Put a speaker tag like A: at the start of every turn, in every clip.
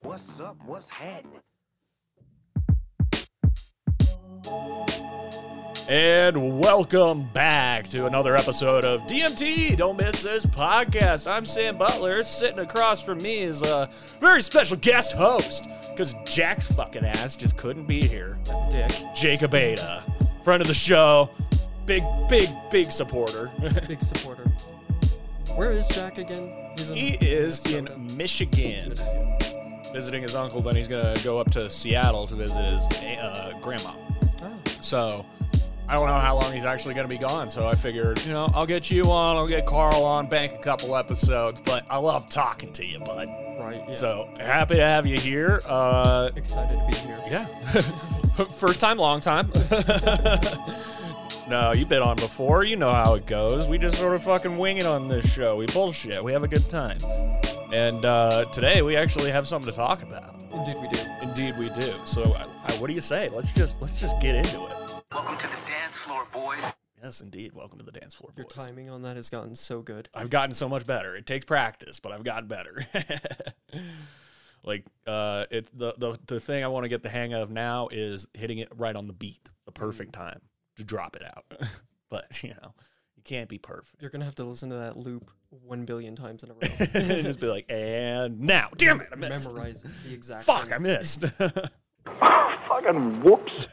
A: What's up? What's happening?
B: And welcome back to another episode of DMT. Don't miss this podcast. I'm Sam Butler. Sitting across from me is a very special guest host because Jack's fucking ass just couldn't be here.
C: Dick.
B: Jacob Ada, friend of the show, big, big, big supporter.
C: Big supporter. Where is Jack again? He's in
B: he is
C: Minnesota.
B: in Michigan
C: Michigan.
B: visiting his uncle, then he's going to go up to Seattle to visit his uh, grandma.
C: Oh,
B: So I don't know how long he's actually going to be gone. So I figured, you know, I'll get you on, I'll get Carl on, bank a couple episodes, but I love talking to you, bud.
C: right. Yeah.
B: So happy to have you here. Uh,
C: excited to be here.
B: yeah. First time, long time. no, you've been on before. You know how it goes. We just sort of fucking wing it on this show. We bullshit. We have a good time. And uh, today we actually have something to talk about.
C: Indeed, we do.
B: Indeed, we do. So, I, I, what do you say? Let's just let's just get into it.
A: Welcome to the dance floor, boys.
B: Yes, indeed. Welcome to the dance floor,
C: Your
B: boys.
C: timing on that has gotten so good.
B: I've gotten so much better. It takes practice, but I've gotten better. like uh, it the, the the thing I want to get the hang of now is hitting it right on the beat, the perfect time to drop it out. but you know, you can't be perfect.
C: You're gonna have to listen to that loop one billion times in a row.
B: And just be like, and now, damn it, I missed.
C: Memorize the exact.
B: Fuck,
C: thing.
B: I missed.
A: Fucking whoops.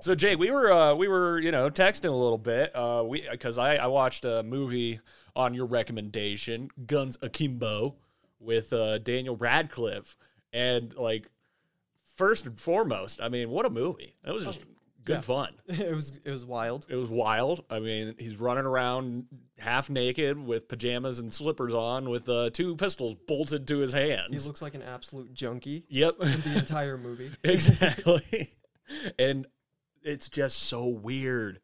B: So Jake, we were uh, we were you know texting a little bit. Uh, we because I, I watched a movie on your recommendation, Guns Akimbo, with uh, Daniel Radcliffe, and like first and foremost, I mean, what a movie! It was just good
C: yeah.
B: fun.
C: it was it was wild.
B: It was wild. I mean, he's running around half naked with pajamas and slippers on, with uh, two pistols bolted to his
C: He
B: hands.
C: looks like an absolute junkie.
B: yep,
C: The entire movie.
B: exactly and it's just so weird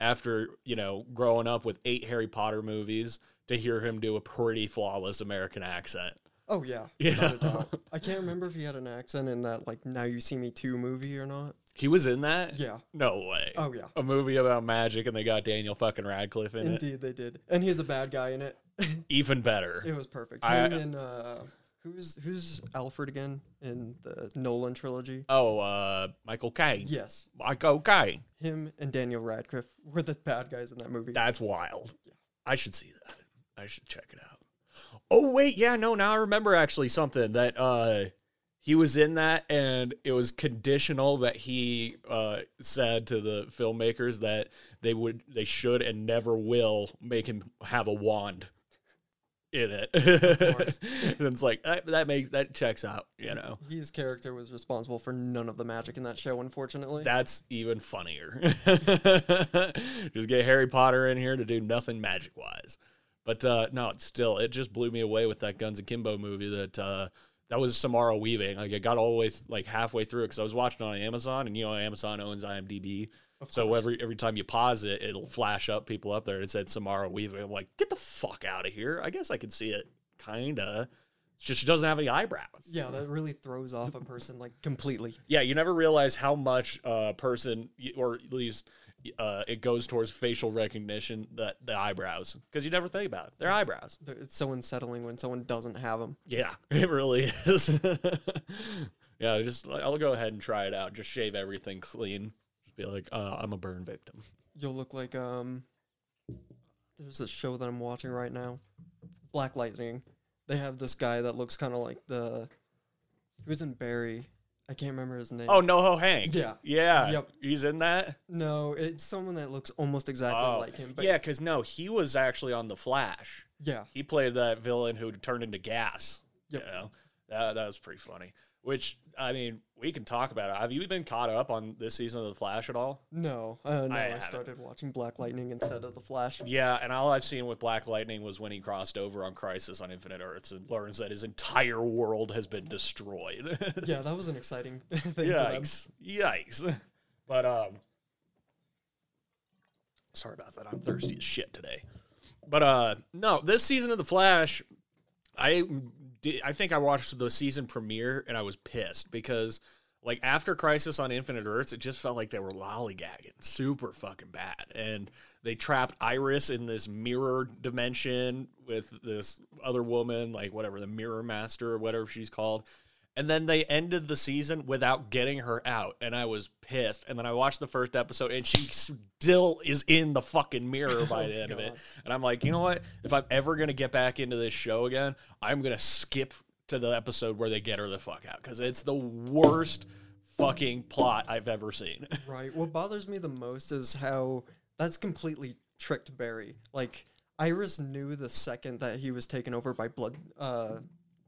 B: after you know growing up with eight harry potter movies to hear him do a pretty flawless american accent
C: Oh yeah.
B: you
C: without a
B: know?
C: doubt. I can't remember if he had an accent in that like Now You See Me Two movie or not.
B: he was in that
C: Yeah.
B: no way
C: Oh yeah.
B: a movie about magic and they got daniel fucking radcliffe in it
C: Indeed, they did. And he's a bad guy in it.
B: even better
C: It was perfect.
B: I-
C: Him and uh, who's who's Alfred again in the Nolan trilogy?
B: oh uh michael caine
C: Yes,
B: michael caine
C: him and Daniel Radcliffe were the bad guys in that movie.
B: That's wild. I should see that. I should check it out. Oh wait, yeah, no, now I remember actually something that uh he was in that and it was conditional that he uh said to the filmmakers that they would they should and never will make him have a wand in it.
C: course.
B: and it's like "Eh, that, that makes that checks out, you know.
C: His character was responsible for none of the magic in that show, unfortunately.
B: That's even funnier. just get Harry Potter in here to do nothing magic wise. But uh, no, it's still it just blew me away with that Guns Akimbo movie that uh, that was Samara Weaving. Like I got all the way th- like halfway through because I was watching it on Amazon, and you know Amazon owns IMDb. So every every time you pause it, it'll flash up people up there. and It said Samara Weaving. I'm like, get the fuck out of here. I guess I can see it, kinda. It's just she doesn't have any eyebrows.
C: yeah, that really throws off a person like completely.
B: Yeah, you never realize how much a uh, person, or at least uh, it goes towards facial recognition, that the eyebrows, because you never think about it. Their eyebrows.
C: They're- It's so unsettling when someone doesn't have them.
B: Yeah, it really is. yeah, just I'll go ahead and try it out. Just shave everything clean. Just be like, uh, I'm a burn victim.
C: You'll look like um. There's a show that I'm watching right now, Black Lightning. They have this guy that looks kind of like the. He was in Barry. I can't remember his name.
B: Oh, NoHo Hank.
C: Yeah.
B: Yeah.
C: Yep.
B: He's in that.
C: No, it's someone that looks almost exactly
B: Oh,
C: like him. But
B: yeah, because no, he was actually on The Flash.
C: yeah,
B: he played that villain who turned into gas.
C: Yep.
B: You know, that, that was pretty funny. Which I mean, we can talk about it. Have you been caught up on this season of The Flash at all?
C: No, uh, no,
B: I
C: I,
B: haven't.
C: started watching Black Lightning instead of the Flash.
B: Yeah, and all I've seen with Black Lightning was when he crossed over on Crisis on Infinite Earths and learns that his entire world has been destroyed.
C: Yeah, that was an exciting thing. for them.
B: Yikes! Yikes! But um, sorry about that. I'm thirsty as shit today. But uh, no, this season of the Flash, I did, I think I watched the season premiere and I was pissed because Like after Crisis on Infinite Earths, it just felt like they were lollygagging super fucking bad. And they trapped Iris in this mirror dimension with this other woman, like whatever, the mirror master or whatever she's called. And then they ended the season without getting her out. And I was pissed. And then I watched the first episode and she still is in the fucking mirror by the end of it.
C: Oh, God.
B: And I'm like, you know what? If I'm ever going to get back into this show again, I'm going to skip to the episode where they get her the fuck out because it's the worst fucking plot I've ever seen.
C: Right. What bothers me the most is how that's completely tricked Barry. Like Iris knew the second that he was taken over by blood. Uh,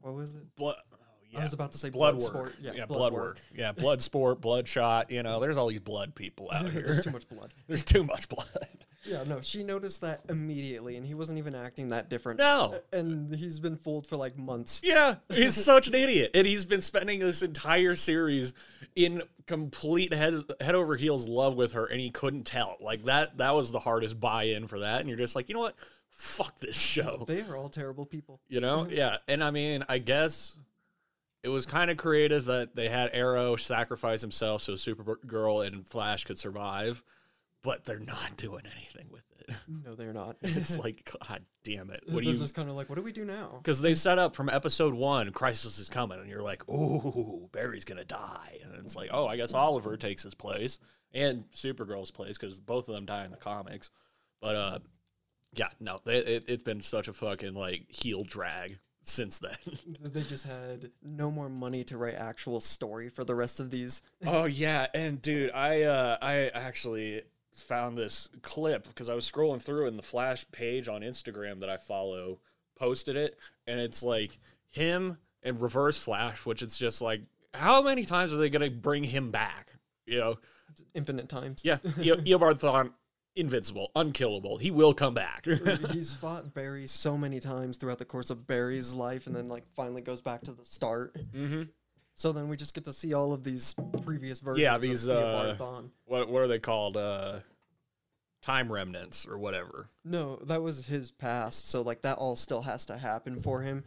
C: what was it?
B: Blood. oh, yeah.
C: I was about to say
B: blood, work.
C: sport.
B: Yeah, blood, work. Yeah, blood sport, blood shot. You know, there's all these blood people out here.
C: There's too much blood.
B: There's too much blood.
C: Yeah, no, she noticed that immediately, and he wasn't even acting that different.
B: No.
C: And he's been fooled for like months.
B: Yeah, he's such an idiot, and he's been spending this entire series in complete head head over heels love with her, and he couldn't tell. Like that, that was the hardest buy in for that. And you're just like, you know what? Fuck this show.
C: They are all terrible people.
B: You know? Yeah. And I mean, I guess it was kind of creative that they had Arrow sacrifice himself so Supergirl and Flash could survive, but they're not doing anything with it.
C: No, they're not.
B: It's like, God damn it. What do
C: they're
B: you.
C: just kind of like, what do we do now?
B: Because they set up from episode one, Crisis is coming, and you're like, ooh, Barry's going to die. And it's like, oh, I guess Oliver takes his place and Supergirl's place because both of them die in the comics. But uh, yeah, no, they, it, it's been such a fucking like heel drag since then.
C: They just had no more money to write actual story for the rest of these.
B: Oh yeah, and dude, I uh, I actually found this clip because I was scrolling through and the Flash page on Instagram that I follow posted it, and it's like him and Reverse Flash, which it's just like, how many times are they gonna bring him back? You know,
C: Infinite times.
B: yeah, E- Eobard Thawne, invincible, unkillable, he will come back.
C: He's fought Barry so many times throughout the course of Barry's life and then like finally goes back to the start.
B: mm-hmm.
C: So then we just get to see all of these previous versions
B: Yeah, these,
C: of
B: uh,
C: Eobard Thawne.
B: What what are they called? Uh, time remnants or whatever.
C: No, that was his past, so like that all still has to happen for him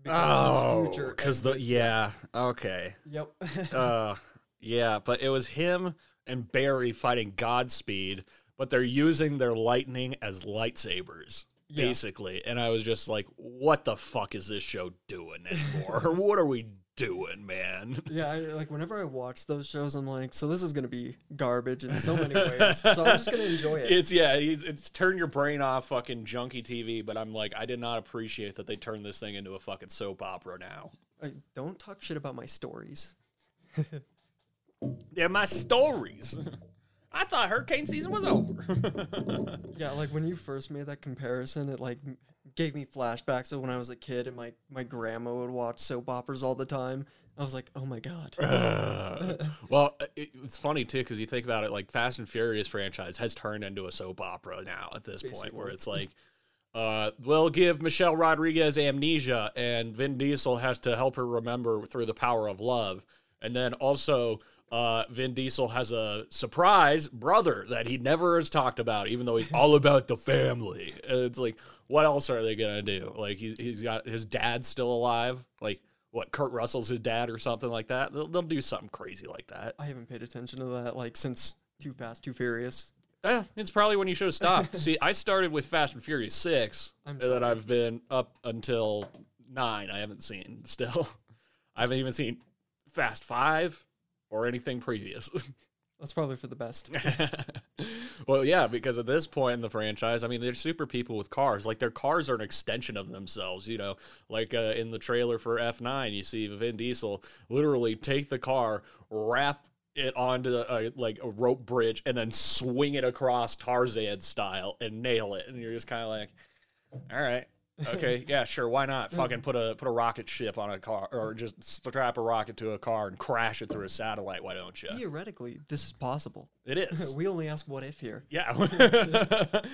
C: because of
B: Oh,
C: his future.
B: because the yeah, okay.
C: Yep.
B: uh, yeah, but it was him and Barry fighting Godspeed, but they're using their lightning as lightsabers,
C: Yeah.
B: basically. And I was just like, what the fuck is this show doing anymore? what are we doing, man?
C: yeah, I, like whenever I watch those shows, I'm like, so this is gonna be garbage in so many ways. so I'm just gonna enjoy it.
B: It's yeah, it's, it's turn your brain off, fucking junky TV. But I'm like, I did not appreciate that they turned this thing into a fucking soap opera now.
C: Like, don't talk shit about my stories.
B: They're my stories. I thought hurricane season was over.
C: Yeah, like when you first made that comparison, it like m- gave me flashbacks of when I was a kid and my my grandma would watch soap operas all the time. I was like, oh my god.
B: well, it, it's funny too because you think about it, like Fast and Furious franchise has turned into a soap opera now at this point, where
C: Basically.
B: it's like, uh, we'll give Michelle Rodriguez amnesia, and Vin Diesel has to help her remember through the power of love, and then also. Uh, Vin Diesel has a surprise brother that he never has talked about, even though he's all about the family. And it's like, what else are they gonna do? Like, he's, he's got his dad's still alive. Like, what? Kurt Russell's his dad or something like that. They'll, they'll do something crazy like that.
C: I haven't paid attention to that like since Too Fast, Too Furious.
B: Eh, it's probably when you should have stopped. See, I started with Fast and Furious 6
C: I'm
B: and then I've been up until nine. I haven't seen still. I haven't even seen Fast Five or anything previous.
C: That's probably for the best.
B: well, yeah, because at this point in the franchise, I mean, they're super people with cars. Like their cars are an extension of themselves. You know, like uh, in the trailer for F nine, you see Vin Diesel literally take the car, wrap it onto a, like a rope bridge, and then swing it across Tarzan style and nail it. And you're just kind of like, all right. Okay, yeah, sure. Why not? Fucking put a put a rocket ship on a car, or just strap a rocket to a car and crash it through a satellite. Why don't you?
C: Theoretically, this is possible.
B: It is.
C: We only ask what if here.
B: Yeah.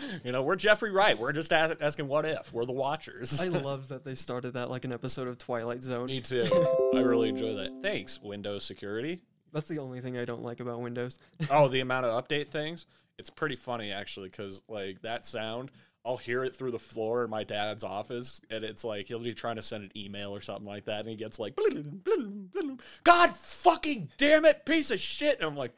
B: you know, we're Jeffrey Wright. We're just a- asking what if. We're the watchers.
C: I love that they started that like an episode of Twilight Zone.
B: Me too. I really enjoy that. Thanks, Windows security.
C: That's the only thing I don't like about Windows.
B: Oh, the amount of update things. It's pretty funny actually cuz like that sound I'll hear it through the floor in my dad's office, and it's like he'll be trying to send an email or something like that, and he gets like, "Blum, blum, blum. "God fucking damn it, piece of shit!" And I'm like,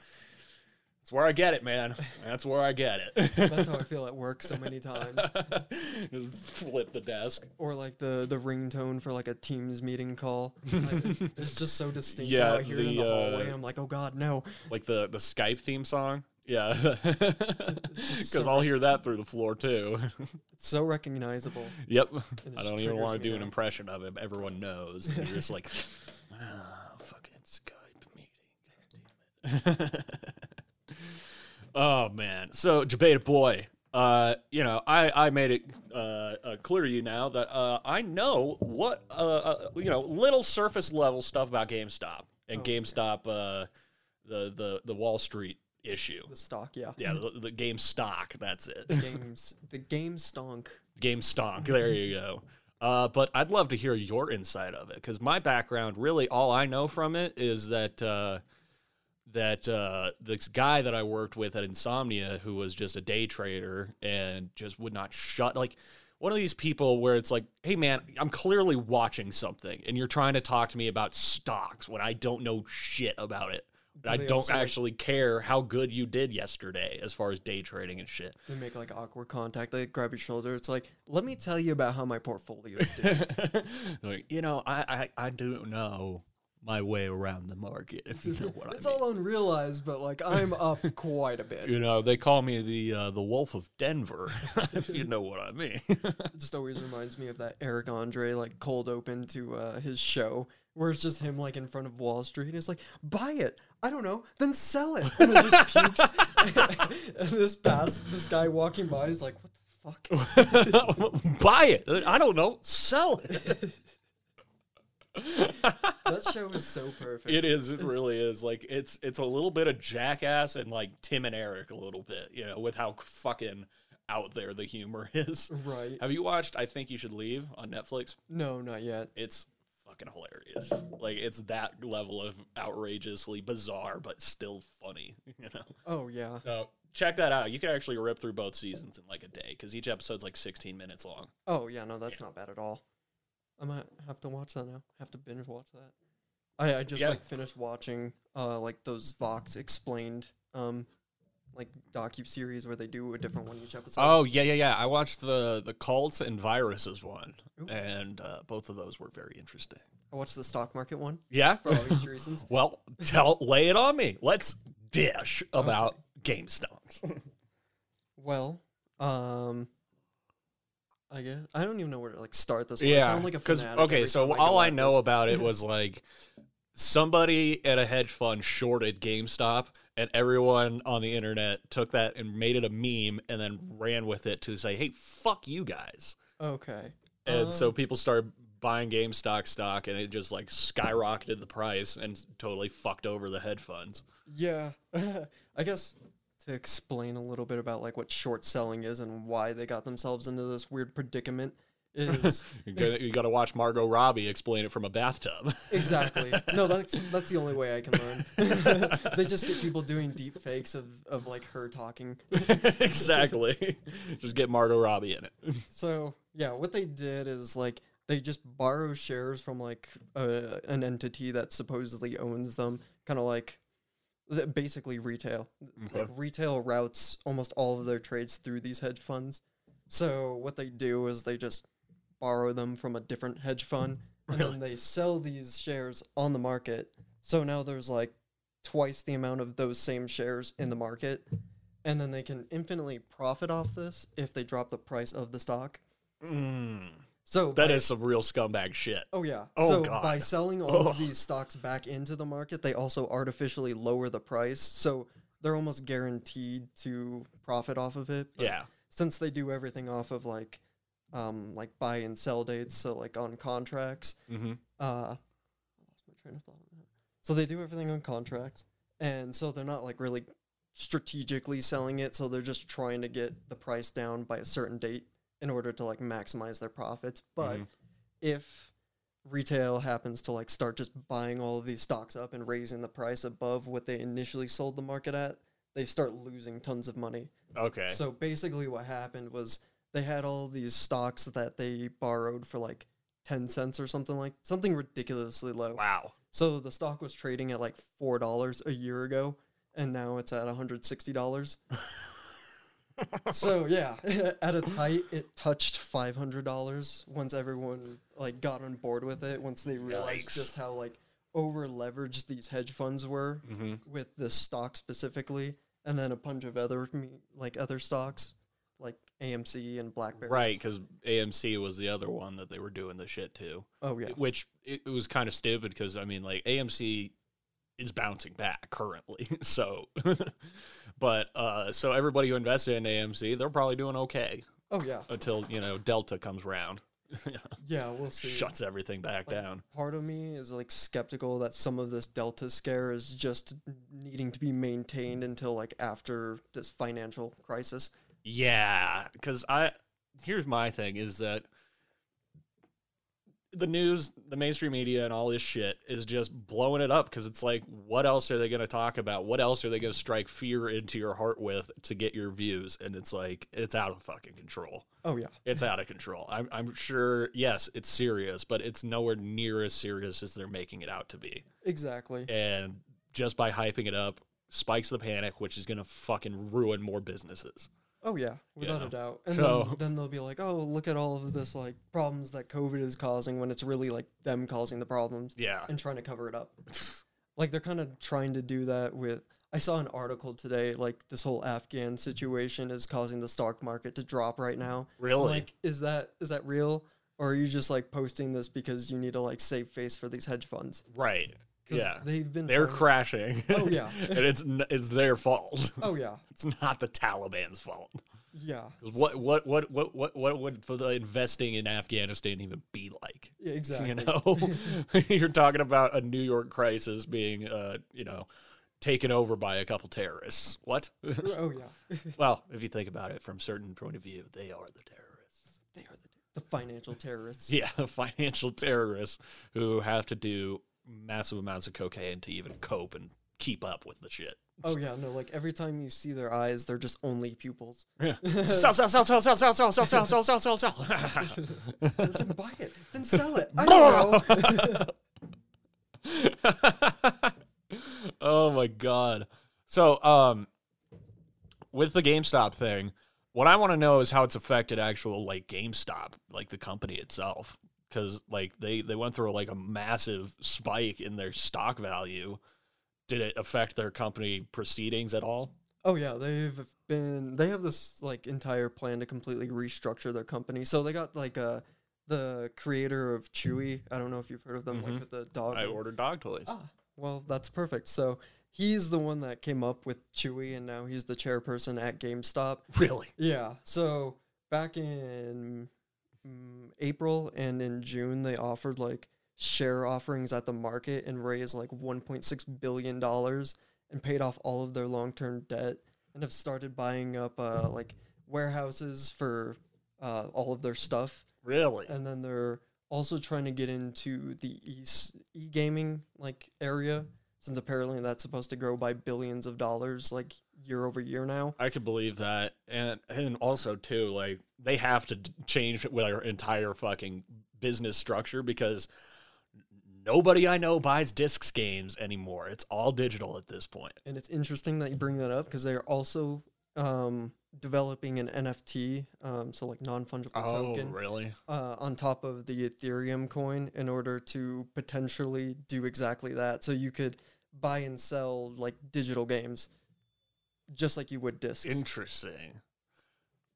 B: "That's where I get it, man. That's where I get it."
C: That's how I feel at work so many times.
B: Just flip the desk.
C: Or like the the ringtone for like a Teams meeting call. Like, it's just so distinct.
B: Yeah,
C: how I hear it in
B: the,
C: the
B: uh,
C: hallway. and I'm like, oh god, no.
B: like the the Skype theme song. Yeah, because I'll hear that through the floor too.
C: It's so recognizable.
B: yep, I
C: it just
B: don't even
C: triggers
B: want to
C: me
B: do an
C: now.
B: impression of it. Everyone knows. And you're just like, ah, fucking Skype meeting. God damn it. oh man. So Jabata boy. Uh, you know, I, I made it uh, uh, clear to you now that uh, I know what uh, uh, you know little surface level stuff about GameStop
C: Oh,
B: and GameStop uh, the the the Wall Street issue.
C: The stock, yeah.
B: Yeah, the, the game stock. That's it.
C: Games the game stonk.
B: Game stock. There you go. Uh, but I'd love to hear your insight of it because my background, really, all I know from it is that uh, that uh, this guy that I worked with at Insomnia, who was just a day trader and just would not shut like one of these people where it's like, hey man, I'm clearly watching something, and you're trying to talk to me about stocks when I don't know shit about it. I
C: they
B: don't
C: also, like-
B: actually care how good you did yesterday as far as day trading and shit.
C: They make like awkward contact. They grab your shoulder. It's like, let me tell you about how my portfolio is doing.
B: like, you know, I, I, I don't know my way around the market, if you know what
C: it's
B: I mean.
C: all unrealized, but like I'm up quite a bit.
B: you know, they call me the uh, the Wolf of Denver, if you know what I mean.
C: It just always reminds me of that Eric Andre like cold open to uh, his show where it's just him like in front of Wall Street and it's like buy it I don't know then sell it and it just pukes and this pass this guy walking by is like what the fuck
B: Buy it. I don't know. Sell it.
C: that show is so perfect
B: It is. It really is. Like it's it's a little bit of jackass and like Tim and Eric a little bit. You know, with how fucking out there the humor is.
C: right
B: Have you watched? I think you should leave on Netflix.
C: no not yet
B: it's fucking hilarious. Like it's that level of outrageously bizarre but still funny, you know.
C: oh yeah
B: So check that out. You can actually rip through both seasons in like a day cuz each episode's like 16 minutes long.
C: oh yeah no that's not bad at all I might have to watch that now have to binge watch that I, I just
B: Yeah.
C: like finished watching uh like those Vox explained um like docu series where they do a different one each episode
B: Oh, yeah, yeah, yeah. I watched the the cults and viruses one and uh, both of those were very interesting.
C: I watched the stock market one
B: Yeah.
C: for obvious reasons.
B: well, tell lay it on me. Let's dish about game stocks.
C: Well, um, I guess I don't even know where to like start this. One. I
B: Yeah,
C: sound like a
B: because
C: fanatic
B: okay,
C: every
B: so
C: time
B: all
C: go
B: I
C: at
B: know
C: this.
B: about it was like somebody at a hedge fund shorted GameStop, and everyone on the internet took that and made it a meme, and then ran with it to say, "Hey, fuck you guys!"
C: okay,
B: And
C: Um,
B: so people started buying GameStop stock, and it just like skyrocketed the price and totally fucked over the hedge funds.
C: yeah, I guess to explain a little bit about like what short selling is and why they got themselves into this weird predicament is
B: You gotta, you gotta watch Margot Robbie explain it from a bathtub.
C: exactly no that's that's the only way I can learn. they just get people doing deep fakes of of like her talking.
B: exactly. just get Margot Robbie in it.
C: So yeah, what they did is like they just borrow shares from like uh, an entity that supposedly owns them, kind of like th- basically retail. Like, retail routes almost all of their trades through these hedge funds. So what they do is they just borrow them from a different hedge fund, and then they sell these shares on the market. So now there's like twice the amount of those same shares in the market, and then they can infinitely profit off this if they drop the price of the stock.
B: Mm.
C: So
B: That
C: by-
B: is some real scumbag shit.
C: oh yeah.
B: Oh,
C: so
B: God.
C: by selling all
B: Ugh.
C: of these stocks back into the market, they also artificially lower the price. So they're almost guaranteed to profit off of it. but
B: Yeah.
C: Since they do everything off of like um like buy and sell dates, so like on contracts,
B: Mm-hmm.
C: uh, I lost my train of thought. on that. So they do everything on contracts, and so they're not like really strategically selling it. So they're just trying to get the price down by a certain date in order to like maximize their profits. But
B: Mhm.
C: if retail happens to like start just buying all of these stocks up and raising the price above what they initially sold the market at, they start losing tons of money.
B: Okay.
C: So basically, what happened was they had all these stocks that they borrowed for like 10 cents or something like something ridiculously low.
B: Wow.
C: So the stock was trading at like $4 a year ago and now it's at $160. so yeah, at its height it touched $500 once everyone like got on board with it once they realized
B: Yikes.
C: just how like over leveraged these hedge funds were
B: Mm-hmm.
C: with this stock specifically, and then a bunch of other me- like other stocks, like AMC and BlackBerry.
B: Right, because AMC was the other one that they were doing the shit to,
C: Oh yeah.
B: which it, it was kind of stupid because I mean, like AMC is bouncing back currently, so. But uh, so everybody who invested in AMC, they're probably doing okay
C: Oh yeah.
B: until you know Delta comes round,
C: Yeah, we'll see.
B: shuts everything back
C: Like,
B: down.
C: Part of me is like skeptical that some of this Delta scare is just needing to be maintained until like after this financial crisis.
B: Yeah, because I here's my thing is that the news, the mainstream media, and all this shit is just blowing it up because it's like, what else are they going to talk about? What else are they going to strike fear into your heart with to get your views? And it's like, it's out of fucking control.
C: Oh yeah.
B: It's out of control. I'm, I'm sure, yes, it's serious, but it's nowhere near as serious as they're making it out to be.
C: Exactly.
B: And just by hyping it up, spikes the panic, which is going to fucking ruin more businesses.
C: Oh yeah, without
B: Yeah.
C: a doubt. And
B: So-
C: then, then they'll be like, "Oh, look at all of this like problems that COVID is causing," when it's really like them causing the problems.
B: Yeah.
C: and trying to cover it up. like they're kind of trying to do that with. I saw an article today, like this whole Afghan situation is causing the stock market to drop right now. I'm
B: Really?
C: Like, is that is that real, or are you just like posting this because you need to like save face for these hedge funds?
B: Right.
C: 'Cause
B: Yeah.
C: they've been.
B: They're
C: trying-
B: crashing.
C: Oh, yeah.
B: and it's n- it's their fault.
C: Oh yeah,
B: It's not the Taliban's fault.
C: yeah.
B: 'Cause What what what what what what would for the investing in Afghanistan even be like?
C: Yeah, exactly.
B: You know, you're talking about a New York crisis being, uh, you know, taken over by a couple terrorists. What?
C: Oh yeah,
B: well, if you think about it from a certain point of view, they are the terrorists. They are the
C: the financial terrorists.
B: yeah, financial terrorists who have to do massive amounts of cocaine to even cope and keep up with the shit.
C: Oh yeah, no. Like every time you see their eyes, they're just only pupils.
B: Yeah. sell, sell, sell, sell, sell, sell, sell, sell, sell, sell, sell, sell, sell.
C: then buy it, then sell it. I don't know.
B: oh my god. So, um, with the GameStop thing, what I want to know is how it's affected actual like GameStop, like the company itself, because like they they went through like a massive spike in their stock value. Did it affect their company proceedings at all?
C: Oh yeah, they've been they have this like entire plan to completely restructure their company. So they got like uh the creator of Chewy. I don't know if you've heard of them, like with the dog.
B: Mm-hmm. I Oh, ordered dog toys.
C: ah, well, that's perfect. So he's the one that came up with Chewy, and now he's the chairperson at GameStop.
B: Really?
C: Yeah. So back in mm, April and in June, they offered like share offerings at the market and raised like 1.6 billion dollars and paid off all of their long-term debt and have started buying up uh, like warehouses for uh, all of their stuff
B: Really?
C: and then they're also trying to get into the e gaming like area since apparently that's supposed to grow by billions of dollars like year over year now
B: I could believe that, and and also too, like they have to d- change their entire fucking business structure because nobody I know buys discs games anymore. It's all digital at this point.
C: and it's interesting that you bring that up because they're also um, developing an NFT, um, so like non fungible
B: Oh,
C: token,
B: really?
C: uh, on top of the Ethereum coin in order to potentially do exactly that. So you could buy and sell like digital games, just like you would discs.
B: Interesting.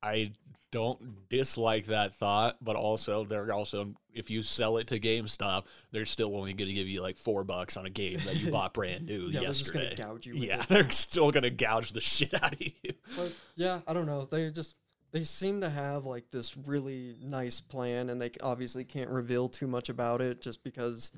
B: I don't dislike that thought, but also they're also if you sell it to GameStop, they're still only going to give you like four bucks on a game that you bought brand new
C: yeah,
B: yesterday.
C: they're just gonna gouge you. With
B: yeah,
C: It.
B: they're still going to gouge the shit out of you.
C: But yeah, I don't know. They just they seem to have like this really nice plan, and they c- obviously can't reveal too much about it just because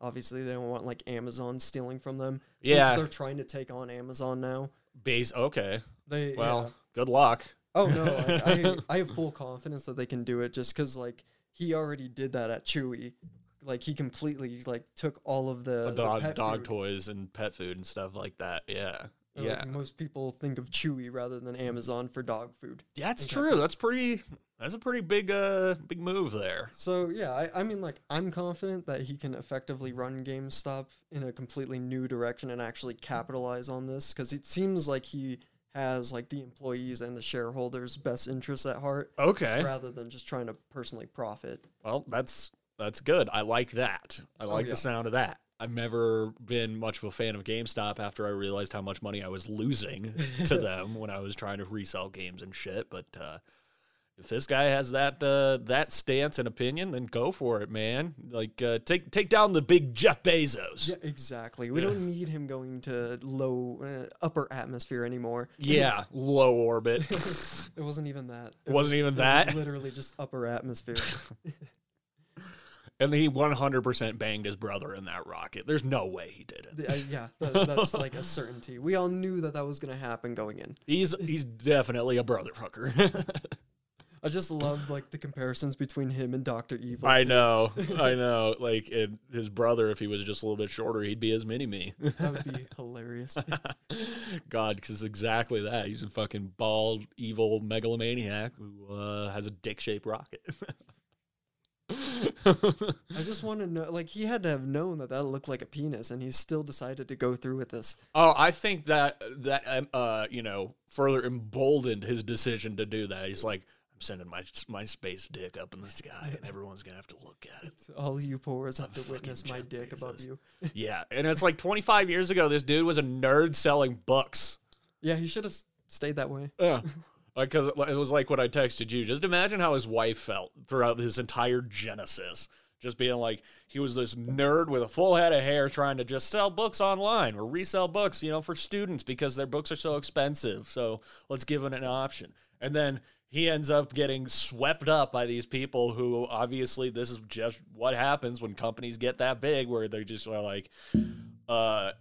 C: obviously they don't want like Amazon stealing from them. Since
B: Yeah.
C: they're trying to take on Amazon now.
B: Base okay.
C: They
B: Well,
C: yeah.
B: good luck.
C: oh no, I, I I have full confidence that they can do it just because like he already did that at Chewy. Like he completely like took all of the, the
B: dog
C: pet
B: dog
C: food. Oh,
B: toys and pet food and stuff like that. Yeah.
C: 'Cause, like,
B: Yeah.
C: most people think of Chewy rather than Amazon for dog food.
B: That's
C: Okay.
B: true. That's pretty. That's a pretty big, uh, big move there.
C: So yeah, I, I mean like I'm confident that he can effectively run GameStop in a completely new direction and actually capitalize on this because it seems like he has like the employees and the shareholders' best interests at heart
B: Okay.
C: rather than just trying to personally profit.
B: Well, that's that's good. I like that. I like
C: Oh, yeah.
B: the sound of that. I've never been much of a fan of GameStop after I realized how much money I was losing to them when I was trying to resell games and shit. But uh, if this guy has that uh, that stance and opinion, then go for it, man. Like uh, take take down the big Jeff Bezos.
C: Yeah, exactly. We don't need him going to low uh, upper atmosphere anymore.
B: Yeah, low orbit.
C: It wasn't even that. It
B: Wasn't even
C: it
B: that?
C: literally just upper atmosphere.
B: and he 100% banged his brother in that rocket. There's no way he did it.
C: The- uh, yeah, that, that's like a certainty. We all knew that that was gonna happen going in.
B: He's he's definitely a brother fucker.
C: I just love like the comparisons between him and Doctor Evil.
B: I
C: too.
B: know, I know. Like it, his brother, if he was just a little bit shorter, he'd be his mini me.
C: that would be hilarious.
B: God, because exactly that. He's a fucking bald, evil megalomaniac who uh, has a dick shaped rocket.
C: I just want to know, like, he had to have known that that looked like a penis, and he still decided to go through with this.
B: oh, I think that that um, uh, you know further emboldened his decision to do that. He's like, I'm sending my my space dick up in the sky, and everyone's gonna have to look at it.
C: All you poors have to
B: fucking
C: witness my
B: Jeff
C: dick above
B: Bezos.
C: you.
B: Yeah, and it's like 25 years ago, this dude was a nerd selling books.
C: Yeah, he should have s- stayed that way.
B: Yeah. Because it was like what I texted you. Just imagine how his wife felt throughout his entire Genesis. Just being like, he was this nerd with a full head of hair trying to just sell books online or resell books, you know, for students because their books are so expensive. So let's give it an option. And then he ends up getting swept up by these people who obviously this is just what happens when companies get that big where they just are like, uh,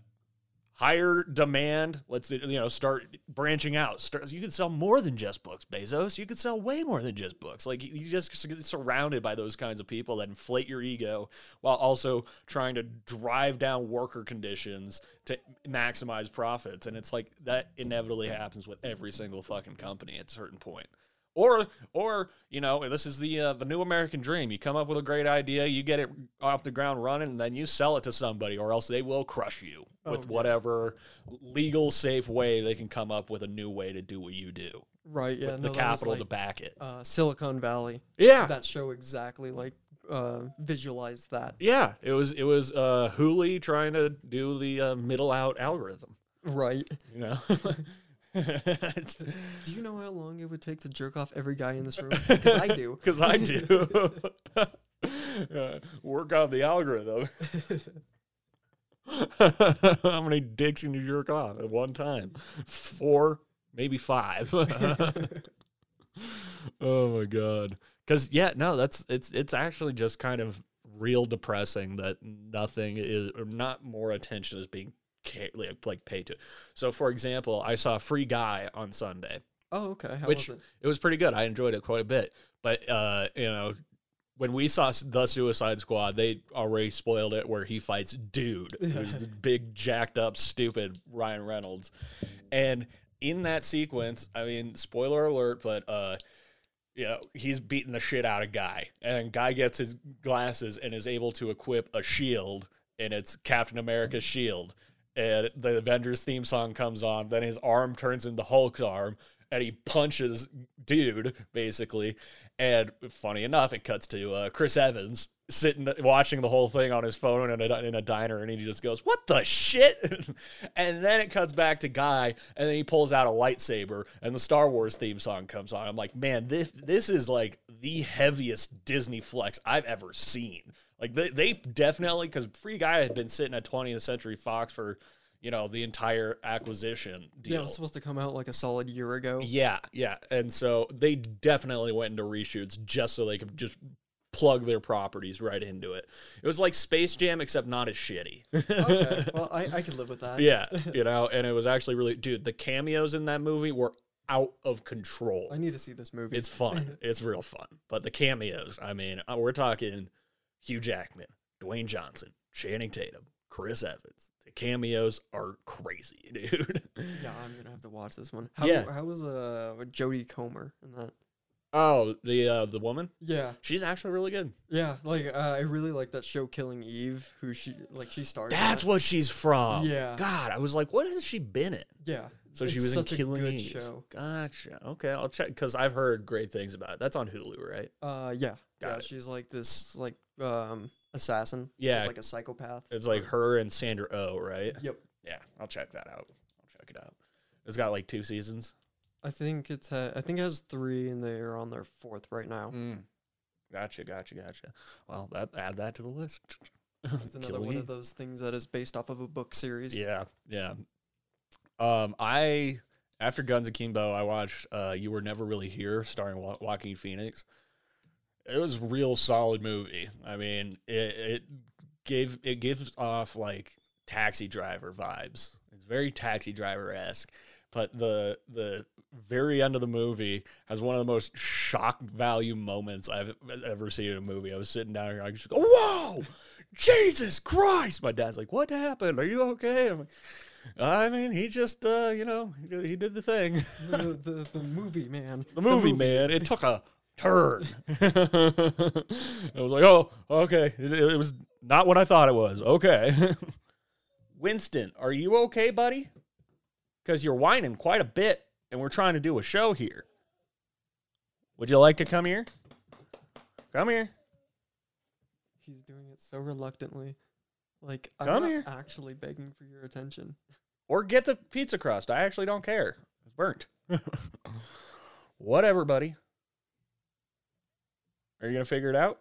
B: higher demand. Let's you know start branching out. Start, you can sell more than just books, Bezos. You could sell way more than just books. Like you just get surrounded by those kinds of people that inflate your ego while also trying to drive down worker conditions to maximize profits. And it's like that inevitably happens with every single fucking company at a certain point. Or, or you know, this is the uh, the new American dream. You come up with a great idea, you get it off the ground running, and then you sell it to somebody, or else they will crush you with
C: yeah.
B: whatever legal, safe way they can come up with a new way to do what you do.
C: Right? Yeah,
B: the
C: no, that was
B: capital to
C: like,
B: back it.
C: uh, Silicon Valley.
B: yeah,
C: That show exactly like uh, visualized that.
B: yeah. It was it was uh, Hooli trying to do the uh, middle out algorithm.
C: Right?
B: You know.
C: Do you know how long it would take to jerk off every guy in this room? Because I do.
B: because I do. Uh, work on the algorithm. How many dicks can you jerk off at one time? Four, maybe five. oh my god! Because yeah, no, that's it's it's actually just kind of real depressing that nothing is or not more attention is being ca- like, like paid to. it. So, for example, I saw Free Guy on Sunday
C: Oh, okay. How
B: which
C: was it?
B: it was pretty good. I enjoyed it quite a bit. But uh, you know, when we saw s- the Suicide Squad, they already spoiled it where he fights dude, who's the big jacked up stupid Ryan Reynolds, and in that sequence, I mean, spoiler alert, but uh, you know, he's beating the shit out of Guy. And Guy gets his glasses and is able to equip a shield, and it's Captain America's shield. And the Avengers theme song comes on, then his arm turns into Hulk's arm, and he punches dude, basically. And funny enough, it cuts to uh, Chris Evans sitting watching the whole thing on his phone in a, in a diner and he just goes what the shit and then it cuts back to guy and then he pulls out a lightsaber and the star wars theme song comes on i'm like man this this is like the heaviest disney flex i've ever seen like they, they definitely because free guy had been sitting at 20th century fox for you know the entire acquisition deal
C: Yeah, it was supposed to come out like a solid year ago.
B: yeah, yeah. And so they definitely went into reshoots just so they could just plug their properties right into it. It was like Space Jam, except not as shitty.
C: Okay. Well, I, I could live with that.
B: yeah, you know, and it was actually really, dude, the cameos in that movie were out of
C: I
B: control.
C: need to see this movie.
B: It's fun. It's real fun. But the cameos, I mean, uh, we're talking Hugh Jackman, Dwayne Johnson, Channing Tatum, Chris Evans. The cameos are crazy, dude.
C: Yeah, I'm gonna have to watch this one. How
B: Yeah.
C: how was uh Jodie Comer in that?
B: Oh, the uh, the woman.
C: Yeah,
B: She's actually really good.
C: yeah. Like uh, I really like that show Killing Eve, who she like she starred. in
B: That's
C: that.
B: what she's from.
C: Yeah.
B: God, I was like, what has she been in?
C: Yeah.
B: So she
C: it's
B: was in
C: such a
B: Killing
C: good
B: Eve.
C: show.
B: Gotcha. Okay, I'll check because I've heard great things about it. That's on Hulu, right?
C: Uh, yeah. yeah,
B: it.
C: she's like this like um assassin.
B: Yeah.
C: She's like a psychopath.
B: It's like her and Sandra Oh, right?
C: Yep.
B: Yeah, I'll check that out. I'll check it out. It's got like two seasons.
C: I think it's ha- I think it has three, and they're on their fourth right now.
B: Mm, Gotcha, gotcha, gotcha. Well, that add that to the list.
C: It's another
B: Killing
C: one
B: Eve.
C: of those things that is based off of a book series.
B: Yeah, yeah. Um, I after Guns Akimbo, I watched uh, "You Were Never Really Here" starring Wa- Joaquin Phoenix. It was a real solid movie. I mean, it, it gave it gives off like Taxi Driver vibes. It's very Taxi Driver esque, but the the very end of the movie has one of the most shock value moments I've ever seen in a movie. I was sitting down here, I just go, "Whoa!" Jesus Christ! My dad's like, "What happened? Are you okay?" I'm like, "I mean, he just, uh, you know, he did, he did the thing,
C: the, the the movie man.
B: the movie, man. It took a turn." I was like, "Oh, okay. It, it was not what I thought it was. Okay." Winston, are you okay, buddy? Because you're whining quite a bit, and we're trying to do a show here. Would you like to come here? Come here.
C: He's doing it so reluctantly. Like
B: Come
C: I'm not
B: here.
C: actually begging for your attention.
B: or get the pizza crust. I actually don't care. It's burnt. Whatever, buddy. Are you gonna figure it out?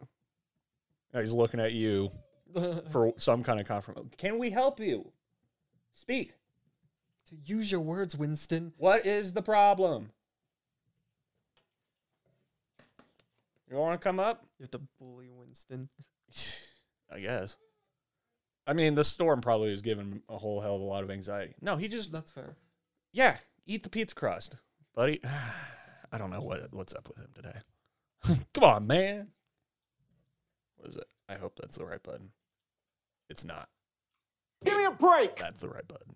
B: Oh, he's looking at you
C: to
B: for some kind of confirmation. Can we help you? Speak.
C: use your words, Winston.
B: What is the problem? You want to come up?
C: You have to bully Winston.
B: I guess. I mean, the storm probably was giving him a whole hell of a lot of anxiety. No, he just
C: That's fair.
B: Yeah, eat the pizza crust, buddy. I don't know what what's up with him today. Come on, man. What is it? I hope that's the right button. It's not.
A: Give me a break.
B: That's the right button.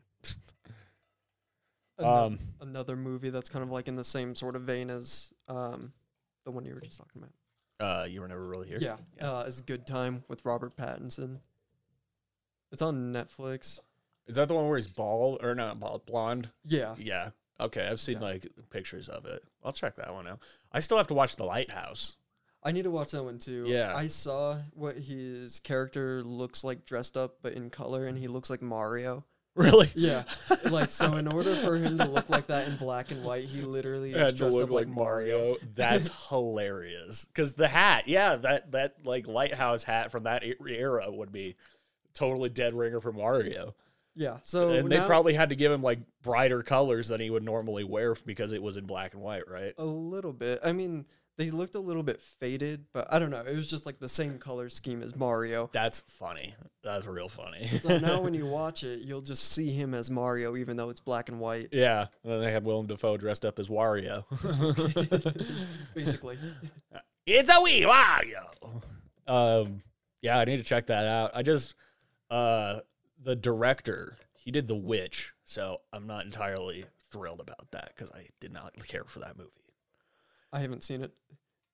C: Ano-
B: um,
C: another movie that's kind of like in the same sort of vein as um the one you were just talking about.
B: uh, you were never really here.
C: Yeah, uh, is Good Time with Robert Pattinson. It's on Netflix.
B: Is that the one where he's bald or not bald, blonde?
C: Yeah,
B: Yeah. Okay, I've seen
C: Yeah.
B: like pictures of it. I'll check that one out. I still have to watch The Lighthouse.
C: I need to watch that one too.
B: Yeah.
C: I saw what his character looks like dressed up, but in color, and he looks like Mario.
B: Really?
C: Yeah, like so. In order for him to look like that in black and white, he literally is
B: had to
C: dressed
B: look
C: up like,
B: like Mario. That's hilarious. Because the hat, yeah, that that like lighthouse hat from that e- era would be totally dead ringer for Mario.
C: Yeah, so
B: and they
C: Oh, now-
B: probably had to give him like brighter colors than he would normally wear because it was in black and white, right?
C: a little bit. I mean, they looked a little bit faded, but I don't know. It was just like the same color scheme as Mario.
B: That's funny. That's real funny.
C: So now when you watch it, you'll just see him as Mario, even though it's black and white,
B: yeah, and then they had Willem Dafoe dressed up as Wario.
C: basically.
B: It's a wee Wario. Um, yeah, I need to check that out. I just uh the director, he did The Witch, so I'm not entirely thrilled about that because I did not care for that movie.
C: I haven't seen it.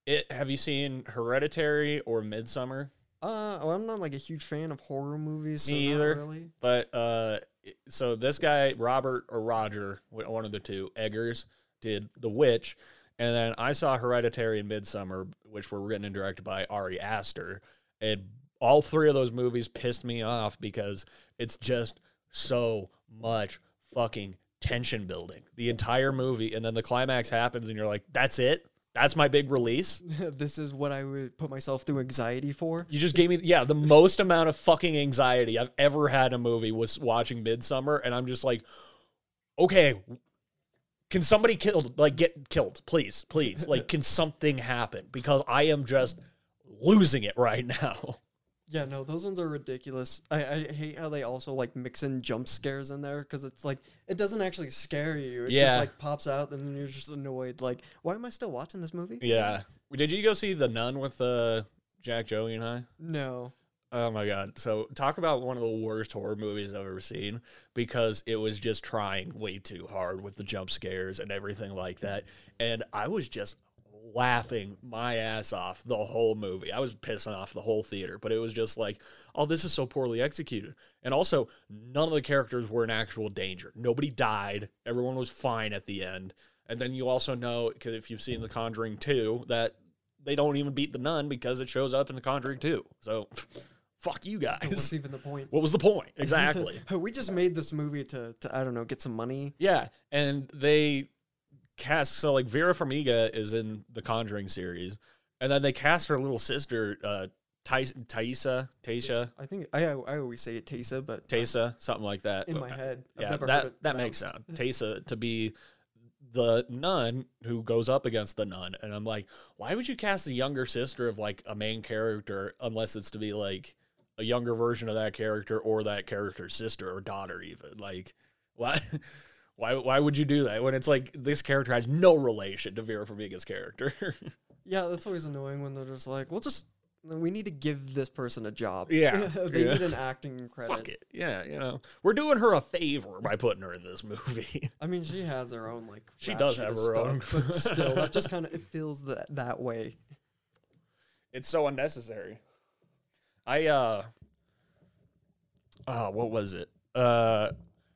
B: It have you seen Hereditary or Midsummer?
C: Uh, well, I'm not like a huge fan of horror movies. So
B: Me
C: not
B: either.
C: Really.
B: But uh it- so this guy, Robert or Roger, w- one of the two, Eggers, did The Witch. And then I saw Hereditary and Midsummer, which were written and directed by Ari Aster. And all three of those movies pissed me off because it's just so much fucking tension building. The entire movie. And then the climax happens, and you're like, that's it? That's my big release?
C: this is what I would put myself through anxiety for.
B: You just gave me yeah the most amount of fucking anxiety I've ever had in a movie was watching Midsummer, and I'm just like, okay, can somebody killed like get killed, please, please, like can something happen because I am just losing it right now.
C: Yeah, no, those ones are ridiculous. I, I hate how they also like mix in jump scares in there because it's like it doesn't actually scare you. It
B: Yeah.
C: just like pops out and then you're just annoyed. Like, why am I still watching this movie?
B: Yeah, did you go see the Nun with uh, Jack, Joey, and I?
C: No.
B: Oh my god. So talk about one of the worst horror movies I've ever seen because it was just trying way too hard with the jump scares and everything like that. And I was just laughing my ass off the whole movie. I was pissing off the whole theater, but it was just like, oh, this is so poorly executed. And also, none of the characters were in actual danger. Nobody died. Everyone was fine at the end. And then you also know, because if you've seen The Conjuring 2, that they don't even beat the nun because it shows up in The Conjuring 2. So, fuck you
C: What's
B: guys.
C: even the point?
B: What was the point? Exactly.
C: we just made this movie to, to I don't know, get some money.
B: Yeah, and they cast so like Vera Farmiga is in the Conjuring series, and then they cast her little sister, uh, Thais- Taisa, Taisha,
C: I think I I always say it Tesa, but
B: Taisa, something like that.
C: in my head, I've
B: yeah,
C: never
B: that
C: heard it
B: that makes sense.
C: pronounced.
B: Taisa to be the nun who goes up against the nun, and I'm like, why would you cast the younger sister of like a main character unless it's to be like a younger version of that character or that character's sister or daughter even like why why why would you do that when it's like this character has no relation to Vera Farmiga's character
C: Yeah, that's always annoying when they're just like, well, just we need to give this person a job.
B: Yeah,
C: they
B: yeah.
C: need an acting credit.
B: fuck it yeah you know we're doing her a favor by putting her in this movie
C: I mean, she has her own like.
B: She
C: rap
B: does
C: sheet
B: have
C: of
B: her own.
C: stuff, but still, that just kind of it feels that that way.
B: it's so unnecessary. I uh uh what was it? Uh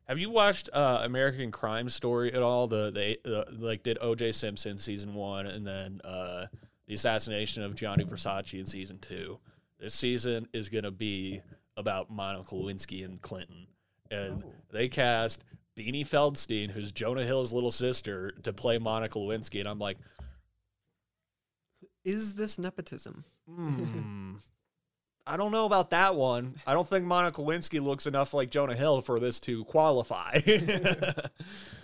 B: have you watched uh American Crime Story at all? The they the, like did OJ Simpson season 1 and then uh the assassination of Johnny Versace in season 2. This season is going to be about Monica Lewinsky and Clinton. And
C: Oh.
B: they cast Beanie Feldstein, who's Jonah Hill's little sister, to play Monica Lewinsky. And I'm like,
C: Is this nepotism?
B: Hmm. I don't know about that one. I don't think Monica Lewinsky looks enough like Jonah Hill for this to qualify.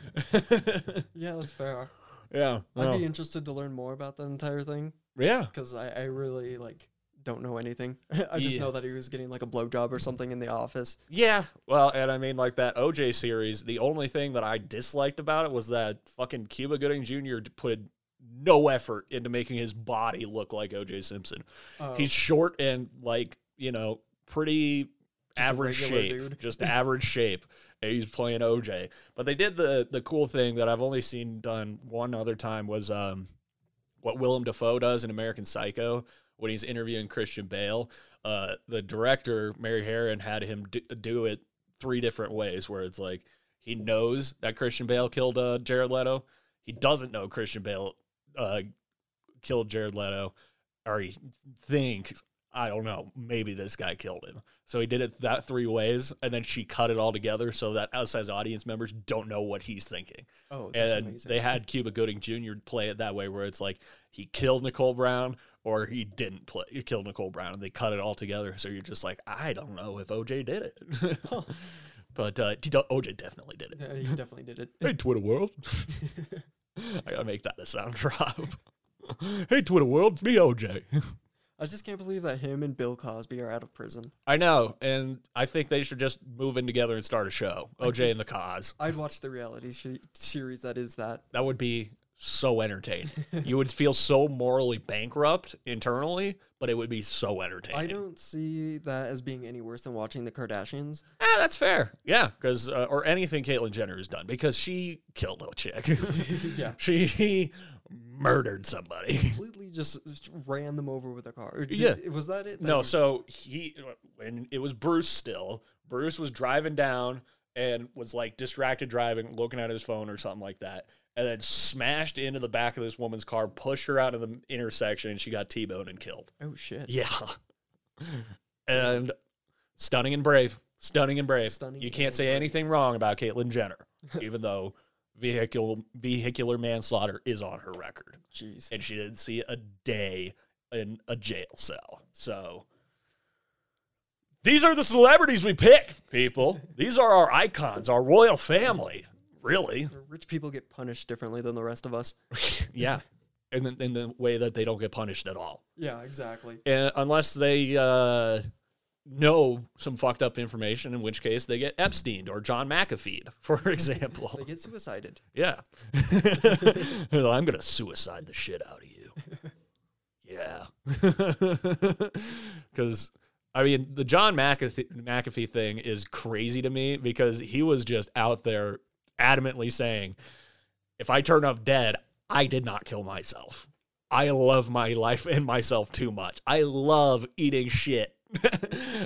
C: Yeah, that's fair.
B: yeah.
C: I'd
B: no.
C: be interested to learn more about the entire thing
B: Yeah.
C: because I, I really like don't know anything. I just
B: Yeah.
C: know that he was getting like a blowjob or something in the office.
B: Yeah. Well, and I mean, like that OJ series, the only thing that I disliked about it was that fucking Cuba Gooding Jr. d- put no effort into making his body look like OJ Simpson.
C: Oh,
B: He's short and, like, you know, pretty
C: a
B: average
C: regular
B: shape,
C: dude.
B: just average shape. And he's playing OJ. But they did the the cool thing that I've only seen done one other time was um, what Willem Dafoe does in American Psycho when he's interviewing Christian Bale. Uh, the director Mary Herron had him do, do it three different ways, where it's like he knows that Christian Bale killed uh, Jared Leto. He doesn't know Christian Bale uh, killed Jared Leto, or he thinks I don't know. Maybe this guy killed him. So he did it that three ways, and then she cut it all together so that us as audience members don't know what he's thinking.
C: oh, that's
B: And
C: amazing.
B: they had Cuba Gooding Jr. play it that way, where it's like he killed Nicole Brown or he didn't play he killed Nicole Brown, and they cut it all together. So you're just like, I don't know if OJ did it, but uh, d- OJ definitely did it.
C: Yeah, he definitely did it.
B: Hey, Twitter world. I gotta make that a sound drop. hey, Twitter world, it's me, OJ.
C: I just can't believe that him and Bill Cosby are out of prison.
B: I know, and I think they should just move in together and start a show. OJ and the Cause.
C: I'd watch the reality sh- series that is that.
B: That would be so entertaining. you would feel so morally bankrupt internally, but it would be so entertaining.
C: I don't see that as being any worse than watching the Kardashians.
B: Ah, that's fair. Yeah, because uh, or anything Caitlyn Jenner has done because she killed no chick.
C: yeah.
B: she murdered somebody.
C: Completely just, just ran them over with a car. Or did-
B: Yeah.
C: Was that it?
B: No,
C: Like,
B: so he when it was Bruce still. Bruce was driving down and was like distracted driving, looking at his phone or something like that, and then smashed into the back of this woman's car, pushed her out of the intersection, and she got T-boned and killed.
C: Oh, shit.
B: Yeah, and stunning and brave, stunning and brave.
C: Stunning
B: you
C: and
B: can't say
C: brave.
B: anything wrong about Caitlyn Jenner, even though vehicle vehicular manslaughter is on her record
C: Jeez.
B: and she didn't see a day in a jail cell. So these are the celebrities we pick, people. These are our icons, our royal family. Really?
C: Rich people get punished differently than the rest of us.
B: Yeah. In the, in the way that they don't get punished at all.
C: Yeah, exactly.
B: And unless they uh, know some fucked up information, in which case they get Epstein or John McAfee, for example.
C: They get suicided.
B: Yeah. I'm going to suicide the shit out of you. Yeah. Because I mean, the John McAfee, McAfee thing is crazy to me because he was just out there adamantly saying, if I turn up dead, I did not kill myself. I love my life and myself too much. I love eating shit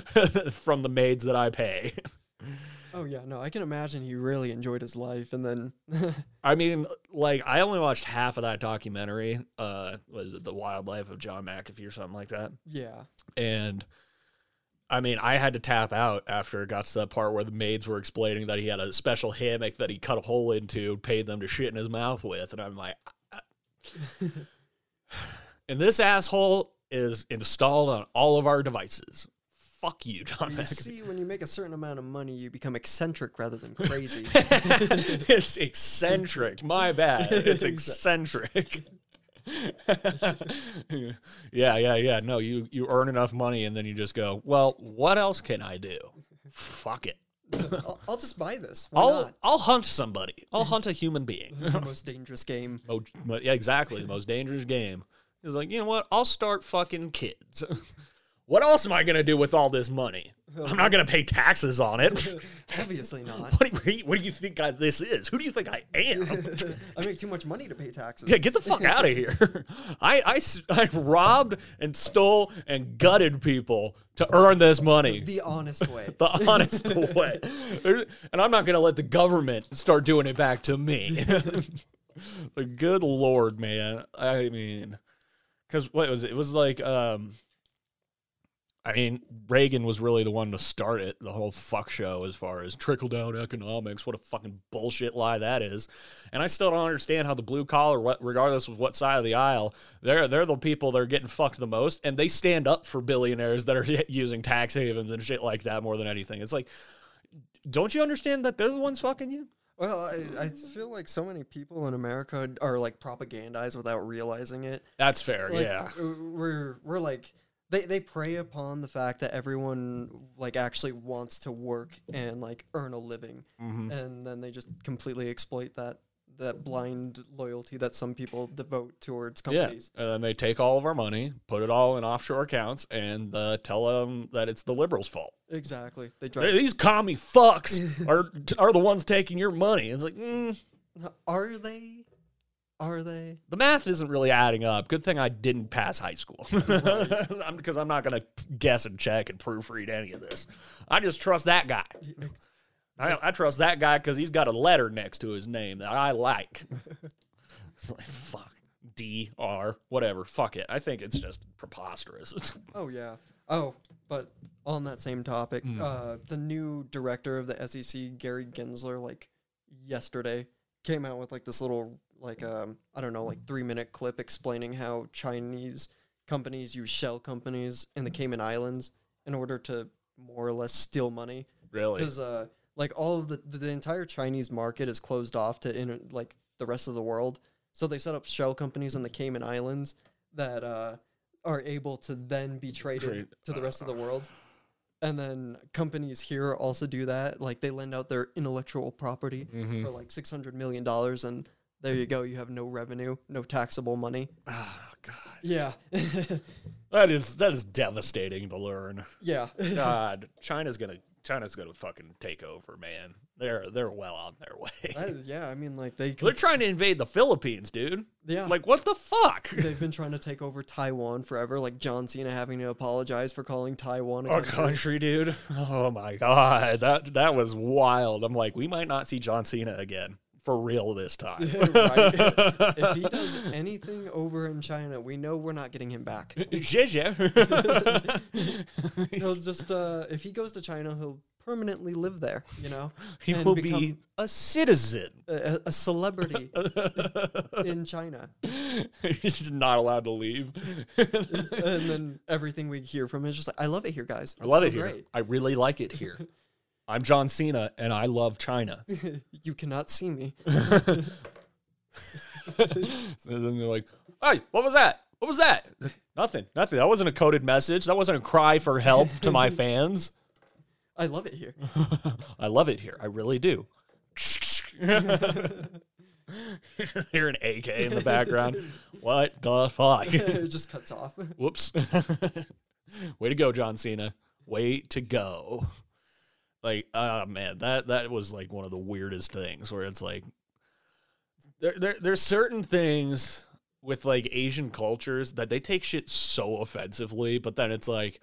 B: from the maids that I pay.
C: Oh yeah, no, I can imagine he really enjoyed his life, and then
B: I mean, like I only watched half of that documentary. Uh, was it The Wildlife of John McAfee or something like that?
C: yeah,
B: And I mean, I had to tap out after it got to that part where the maids were explaining that he had a special hammock that he cut a hole into, paid them to shit in his mouth with, and I'm like, I- and this asshole is installed on all of our devices. Fuck you, John
C: you
B: McAfee.
C: see, when you make a certain amount of money, you become eccentric rather than crazy.
B: it's eccentric. My bad. It's eccentric. yeah, yeah, yeah. No, you you earn enough money and then you just go, well, what else can I do? Fuck it.
C: I'll, I'll just buy this. Why
B: I'll I'll hunt somebody. I'll hunt a human being.
C: not? the most dangerous game.
B: Oh, but- yeah, exactly. The most dangerous game. He's like, you know what? I'll start fucking kids. what else am I gonna do with all this money? I'm not gonna pay taxes on it.
C: Obviously not.
B: what, do you, what do you think I, this is? Who do you think I am?
C: I make too much money to pay taxes.
B: Yeah, get the fuck out of here. I, I s- I robbed and stole and gutted people to earn this money
C: the honest way.
B: the honest way. There's- and I'm not going to let the government start doing it back to me. Like, good lord, man. I mean, because what was it? It was like, um, I mean, Reagan was really the one to start it, the whole fuck show as far as trickle down economics. What a fucking bullshit lie that is. And I still don't understand how the blue collar, what, regardless of what side of the aisle, they're, they're the people that are getting fucked the most. And they stand up for billionaires that are using tax havens and shit like that more than anything. It's like, don't you understand that they're the ones fucking you?
C: Well, I, I feel like so many people in America are like propagandized without realizing it.
B: That's fair.
C: Like,
B: yeah.
C: we're we're like they they prey upon the fact that everyone like actually wants to work and like earn a living,
B: Mm-hmm.
C: and then they just completely exploit that that blind loyalty that some people devote towards
B: Yeah.
C: companies.
B: And then they take all of our money, put it all in offshore accounts, and uh, tell them that it's the liberals' fault.
C: Exactly. They
B: Hey,
C: drive.
B: These commie fucks are are the ones taking your money. It's like mm,
C: Are they? Are they?
B: the math isn't really adding up. Good thing I didn't pass high school I'm, because I'm not going to guess and check and proofread any of this. I just trust that guy. I, I trust that guy because he's got a letter next to his name that I like. It's like, fuck D R whatever. Fuck it. I think it's just preposterous.
C: Oh yeah. Oh, but on that same topic, uh, the new director of the SEC, Gary Gensler, like yesterday came out with like this little like um I don't know like three minute clip explaining how Chinese companies use shell companies in the Cayman Islands in order to more or less steal money
B: really.
C: because uh like all of the the entire Chinese market is closed off to in like the rest of the world. So they set up shell companies in the Cayman Islands that uh are able to then be traded
B: Trade-
C: to the rest of the world. And then companies here also do that. Like they lend out their intellectual property for like six hundred million dollars, and there you go. You have no revenue, no taxable money.
B: Oh, God.
C: Yeah,
B: That is that is devastating to learn.
C: yeah.
B: God, China's gonna China's gonna fucking take over, man. They're they're well on their way.
C: That is- yeah, I mean, like they.
B: They're
C: Could,
B: trying to invade the Philippines, dude.
C: yeah.
B: Like what the fuck?
C: They've been trying to take over Taiwan forever, like John Cena having to apologize for calling Taiwan a
B: Our
C: country.
B: country, dude. Oh my god, that that was wild. I'm like, we might not see John Cena again for real this time.
C: Right. If he does anything over in China, we know we're not getting him back.
B: Zhezhe.
C: He'll just uh, if he goes to China, he'll permanently live there, you know,
B: he
C: and
B: will be
C: become
B: a citizen.
C: a, a celebrity in China.
B: He's not allowed to leave.
C: And then everything we hear from him is just like, I love it here, guys.
B: I love
C: so
B: it here.
C: great.
B: I really like it here. I'm John Cena and I love China. and
C: You cannot see me.
B: then they're like, hey, what was that? What was that? It's like, Nothing, nothing. That wasn't a coded message. That wasn't a cry for help to my fans.
C: I love it here.
B: I love it here. I really do. Hear an AK in the background. what the fuck?
C: it just cuts off.
B: Whoops. Way to go, John Cena. way to go. Like, oh man, that that was like one of the weirdest things where it's like there, there there's certain things with like Asian cultures that they take shit so offensively, but then it's like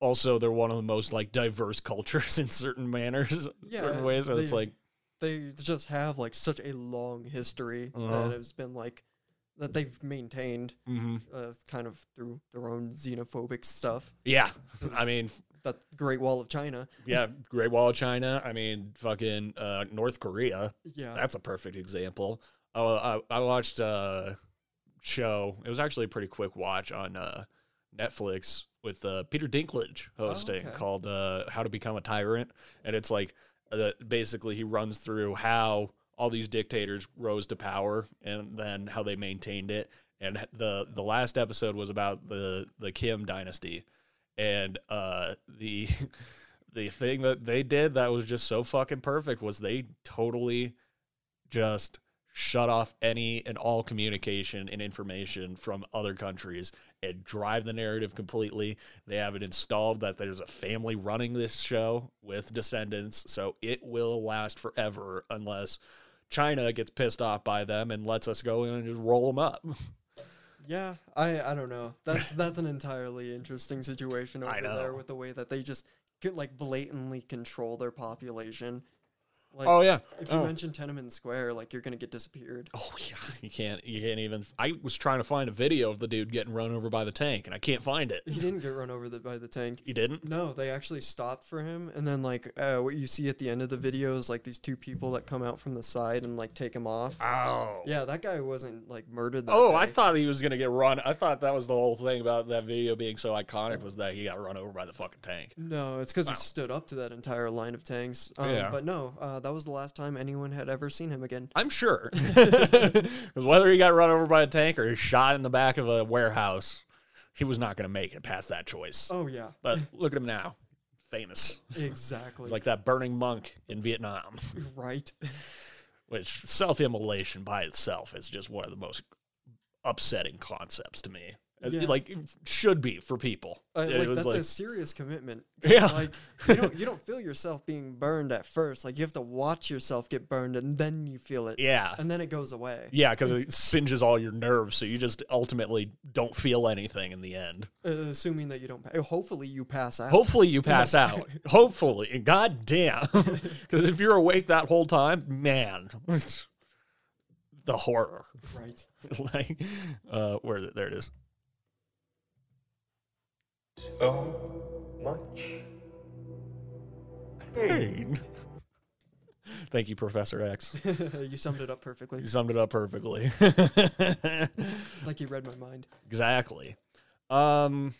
B: also they're one of the most like diverse cultures in certain manners,
C: Yeah,
B: certain ways. And it's
C: they-
B: like
C: They just have like such a long history
B: Uh-huh.
C: that has been like that they've maintained
B: mhm.
C: uh, kind of through their own xenophobic stuff.
B: yeah. I mean,
C: That Great Wall of China.
B: yeah, Great Wall of China. I mean, fucking uh, North Korea.
C: Yeah.
B: That's a perfect example. Oh, I, I watched a show. It was actually a pretty quick watch on uh, Netflix with uh, Peter Dinklage hosting
C: okay.
B: called uh, "How to Become a Tyrant," and it's like uh, basically he runs through how all these dictators rose to power and then how they maintained it. And the the last episode was about the the Kim dynasty, and uh, the the thing that they did that was just so fucking perfect was they totally just shut off any and all communication and information from other countries and drive the narrative completely. They have it installed that there's a family running this show with descendants, so it will last forever unless China gets pissed off by them and lets us go in and just roll them up.
C: Yeah, I I don't know. That's that's an entirely interesting situation
B: I
C: over there
B: know.
C: with the way that they just could like blatantly control their population. Like
B: oh yeah.
C: if you
B: Oh.
C: mention Tenement Square, like you're gonna get disappeared.
B: Oh yeah, you can't you can't even I was trying to find a video of the dude getting run over by the tank and I can't find it.
C: He didn't get run over the, by the tank.
B: You didn't?
C: No, they actually stopped for him, and then like uh, what you see at the end of the video is like these two people that come out from the side and like take him off.
B: Oh.
C: Yeah, that guy wasn't like murdered. That
B: Oh, I
C: day.
B: thought he was gonna get run. I thought that was the whole thing about that video being so iconic was that he got run over by the fucking tank.
C: No, it's because
B: Wow.
C: he stood up to that entire line of tanks. Um,
B: Yeah.
C: But no, uh, that was the last time anyone had ever seen him again.
B: I'm sure, 'Cause whether he got run over by a tank or shot in the back of a warehouse, he was not gonna make it past that choice.
C: Oh yeah,
B: But look at him now, famous,
C: exactly.
B: He's like that burning monk in Vietnam.
C: right.
B: which self-immolation by itself is just one of the most upsetting concepts to me. It-
C: Yeah.
B: Like it should be for people.
C: Uh,
B: it
C: like
B: was
C: that's
B: like,
C: a serious commitment.
B: yeah,
C: Like you don't you don't feel yourself being burned at first. Like you have to watch yourself get burned, and then you feel it,
B: yeah,
C: and then it goes away.
B: yeah, because it singes all your nerves, so you just ultimately don't feel anything in the end.
C: Uh, assuming that you don't. pa- Hopefully you pass out.
B: Hopefully, you pass out. Hopefully, and god damn, because if you're awake that whole time, man, the horror.
C: Right.
B: like, uh, where is it? There it is.
D: so much
B: Pain. Thank you, Professor X.
C: you summed it up perfectly.
B: You summed it up perfectly.
C: It's like you read my mind.
B: exactly. Um,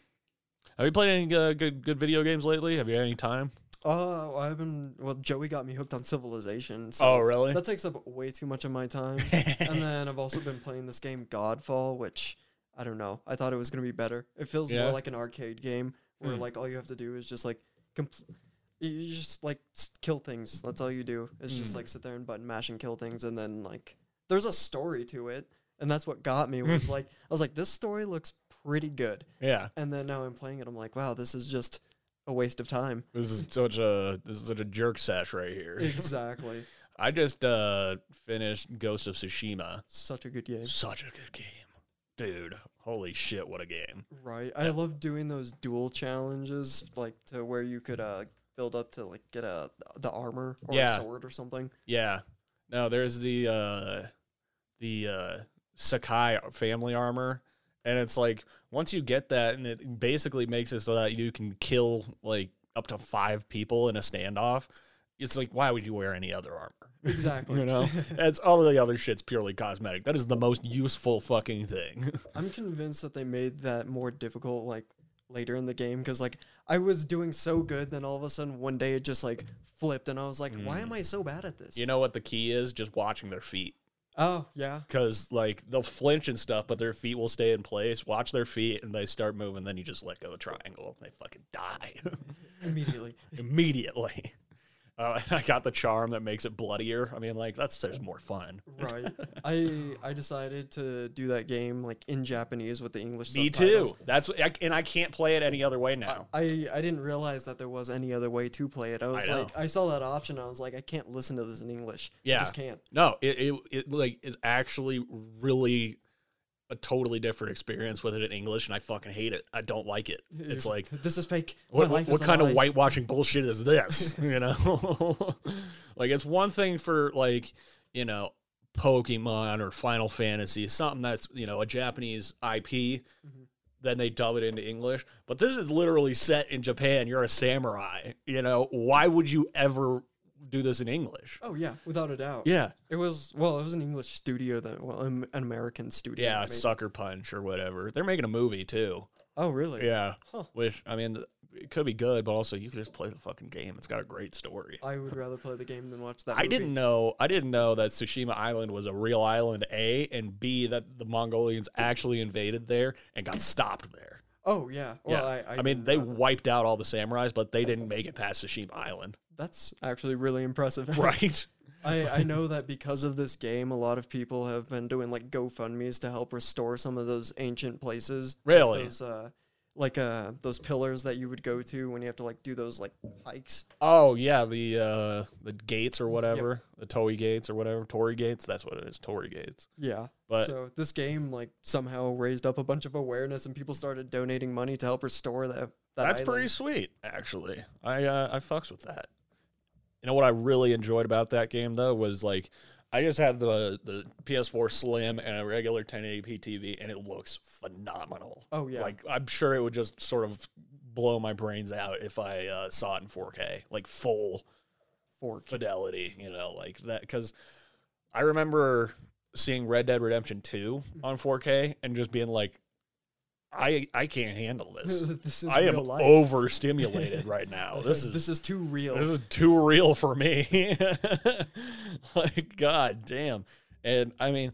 B: have you played any uh, good good video games lately? Have you had any time?
C: Oh, I've been. Well, Joey got me hooked on Civilization. So
B: Oh, really?
C: That takes up way too much of my time. and then I've also been playing this game Godfall, which I don't know. I thought it was gonna be better. It feels
B: Yeah.
C: more like an arcade game where
B: Hmm.
C: like all you have to do is just like compl- you- you just like s- kill things. That's all you do. Is just
B: Hmm.
C: like sit there and button mash and kill things, and then like there's a story to it, and that's what got me. Was like I was like this story looks pretty good,
B: Yeah,
C: and then now I'm playing it. I'm like, wow, this is just a waste of time.
B: this is such a this is such a jerk sash right here.
C: Exactly.
B: I just uh finished Ghost of Tsushima.
C: Such a good game.
B: Such a good game, dude. Holy shit, what a game!
C: Right. I love doing those dual challenges, like to where you could uh build up to like get a the armor or
B: Yeah.
C: a sword or something.
B: Yeah. No, there's the uh the uh Sakai family armor and it's like once you get that and it basically makes it so that you can kill like up to 5 people in a standoff. It's like why would you wear any other armor?
C: Exactly.
B: You know, that's all the other shit's purely cosmetic. That is the most useful fucking thing.
C: I'm convinced that they made that more difficult like later in the game because like I was doing so good, then all of a sudden one day it just like flipped, and I was like, why am I so bad at this?
B: Mm. you know what the key is? Just watching their feet.
C: Oh yeah.
B: Cause like they'll flinch and stuff, but their feet will stay in place. Watch their feet, and they start moving. Then you just let go of the triangle, and they fucking die.
C: Immediately.
B: immediately. Uh, I got the charm that makes it bloodier. I mean, like that's just more fun.
C: Right. I I decided to do that game like in Japanese with the English
B: Me
C: subtitles.
B: too. That's I, and I can't play it any other way now.
C: I, I didn't realize that there was any other way to play it. I was
B: know.
C: like, I saw that option. I was like, I can't listen to this in English.
B: Yeah.
C: I just can't.
B: No, it, it it like is actually really a totally different experience with it in English, and I fucking hate it. I don't like it. It's like
C: this is fake. My
B: what, what,
C: life
B: what
C: is a
B: kind
C: lie.
B: of whitewashing bullshit is this? You know, like it's one thing for like you know Pokemon or Final Fantasy, something that's you know a Japanese IP.
C: Mm-hmm.
B: Then they dub it into English, but this is literally set in Japan. You're a samurai. You know why would you ever do this in English?
C: Oh yeah, without a doubt.
B: Yeah,
C: It was well, it was an English studio that well, an an American studio.
B: yeah,
C: that made-
B: Sucker Punch or whatever. They're making a movie too.
C: Oh really?
B: Yeah,
C: Huh.
B: which I mean, it could be good, but also you could just play the fucking game. It's got a great story.
C: I would rather play the game than watch that.
B: I
C: movie.
B: didn't know. I didn't know that Tsushima Island was a real island. A and B that the Mongolians actually invaded there and got stopped there.
C: Oh yeah. Well,
B: yeah,
C: I, I,
B: mean
C: didn't
B: they
C: know that.
B: wiped out all the samurais, but they didn't make it past Tsushima Island,
C: That's actually really impressive.
B: right?
C: I, I know that because of this game, a lot of people have been doing like GoFundmes to help restore some of those ancient places. like
B: Really?
C: Those, uh, like uh, those pillars that you would go to when you have to like do those like hikes.
B: oh yeah, the uh, the gates or whatever, the Toei gates or whatever, Tory gates. That's what it is, Tory gates.
C: Yeah.
B: But-
C: so this game like somehow raised up a bunch of awareness and people started donating money to help restore that. that
B: That's
C: island.
B: pretty sweet, actually. I uh, I fucks with that. You know what I really enjoyed about that game though was like I just had the the PS4 Slim and a regular 1080p TV, and it looks phenomenal.
C: Oh yeah.
B: Like I'm sure it would just sort of blow my brains out if I uh, saw it in 4K, like full
C: fork.
B: fidelity. You know, like that because I remember seeing Red Dead Redemption 2
C: Hmm.
B: on 4K and just being like, I I can't handle this.
C: this is
B: I am
C: real life.
B: overstimulated right now. This is
C: this is too real.
B: this is too real for me. like god damn. And I mean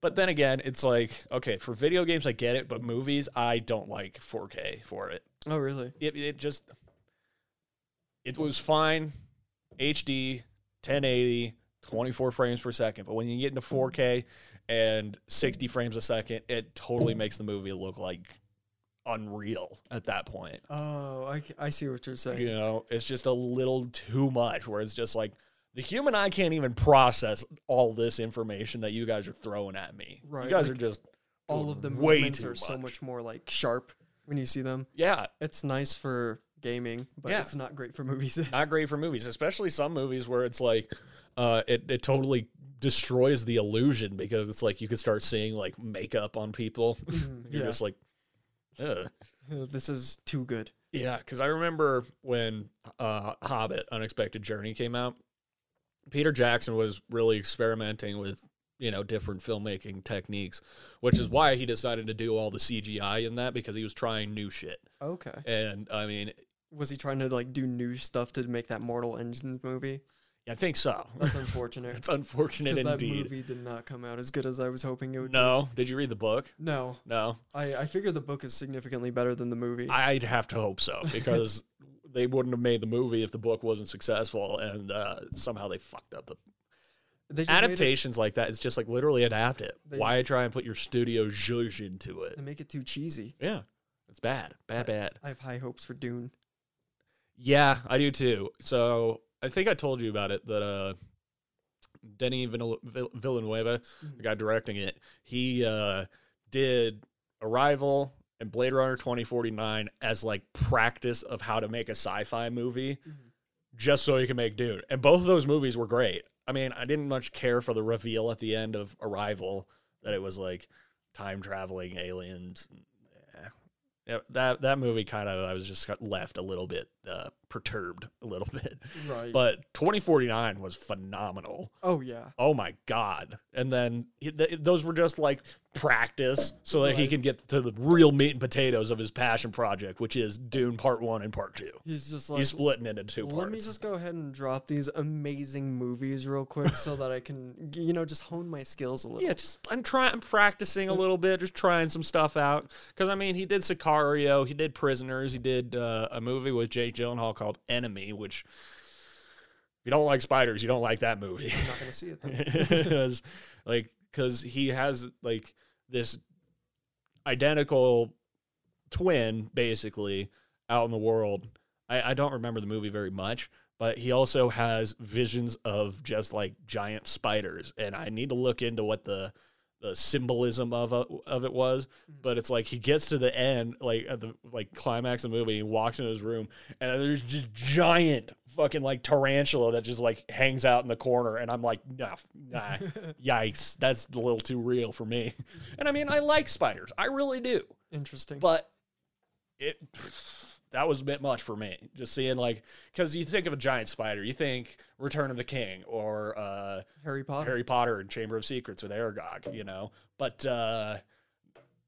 B: but then again, it's like okay, for video games I get it, but movies I don't like 4K for it.
C: oh really?
B: It it just it was fine HD 1080 24 frames per second, but when you get into 4K and 60 frames a second, it totally makes the movie look like unreal at that point
C: Oh, I, c- I see what you're saying.
B: you know it's just a little too much where it's just like the human eye can't even process all this information that you guys are throwing at me
C: Right,
B: you guys
C: like,
B: are just
C: All of the
B: way
C: movements
B: too
C: are so
B: much.
C: much more like sharp when you see them.
B: yeah
C: It's nice for gaming, but
B: Yeah.
C: it's not great for movies.
B: not great for movies especially some movies where it's like uh it, it totally destroys the illusion because it's like you could start seeing like makeup on people you're
C: yeah.
B: just like Ugh.
C: this is too good.
B: Yeah, because I remember when uh, Hobbit: Unexpected Journey came out, Peter Jackson was really experimenting with you know different filmmaking techniques, which is why he decided to do all the CGI in that because he was trying new shit.
C: Okay.
B: And I mean,
C: Was he trying to like do new stuff to make that Mortal Engines movie?
B: I think so.
C: That's unfortunate.
B: it's unfortunate
C: Because that
B: indeed.
C: movie did not come out as good as I was hoping it would.
B: No, did you read the book?
C: No,
B: No,
C: I I figure the book is significantly better than the movie.
B: I'd have to hope so because they wouldn't have made the movie if the book wasn't successful, and uh, somehow they fucked up the
C: They just made it-
B: adaptations like that it's just like literally adapt it
C: They-
B: why try and put your studio zhuzh into it
C: They make it too cheesy.
B: yeah it's bad bad bad
C: I have high hopes for Dune.
B: yeah i do too so i think i told you about it that uh denny Vill- Vill- villanueva the guy directing it he uh did arrival and blade runner 2049 as like practice of how to make a sci-fi movie just so he can make Dune. And both of those movies were great. I mean, I didn't much care for the reveal at the end of Arrival that it was like time traveling aliens. Eh. Yeah, that that movie kind of I was just got left a little bit uh, perturbed a little bit.
C: Right.
B: But 2049 was phenomenal.
C: oh yeah.
B: Oh my god! And then he, th- those were just like practice so that he
C: Right.
B: can get to the real meat and potatoes of his passion project, which is Dune Part One and Part Two.
C: He's just like
B: He's splitting it into two
C: Let
B: parts.
C: me just go ahead and drop these amazing movies real quick so that I can, you know, just hone my skills a little.
B: Yeah, just I'm trying, I'm practicing a little bit, just trying some stuff out. Because I mean, he did Sicario, he did Prisoners, he did uh, a movie with Jake Gyllenhaal called Enemy, which you don't like spiders, you don't like that movie.
C: I'm not gonna see it. Then.
B: Because, like because he has like this identical twin basically out in the world I, I don't remember the movie very much but he also has visions of just like giant spiders and i need to look into what the the symbolism of uh, of it was but it's like he gets to the end like at the like climax of the movie he walks into his room and there's just giant fucking like tarantula that just like hangs out in the corner and i'm like nah, nah yikes that's a little too real for me and i mean i like spiders i really do
C: Interesting.
B: but it that was a bit much for me just seeing like because you think of a giant spider you think return of the king or uh
C: Harry Potter.
B: harry potter and chamber of secrets with aragog you know but uh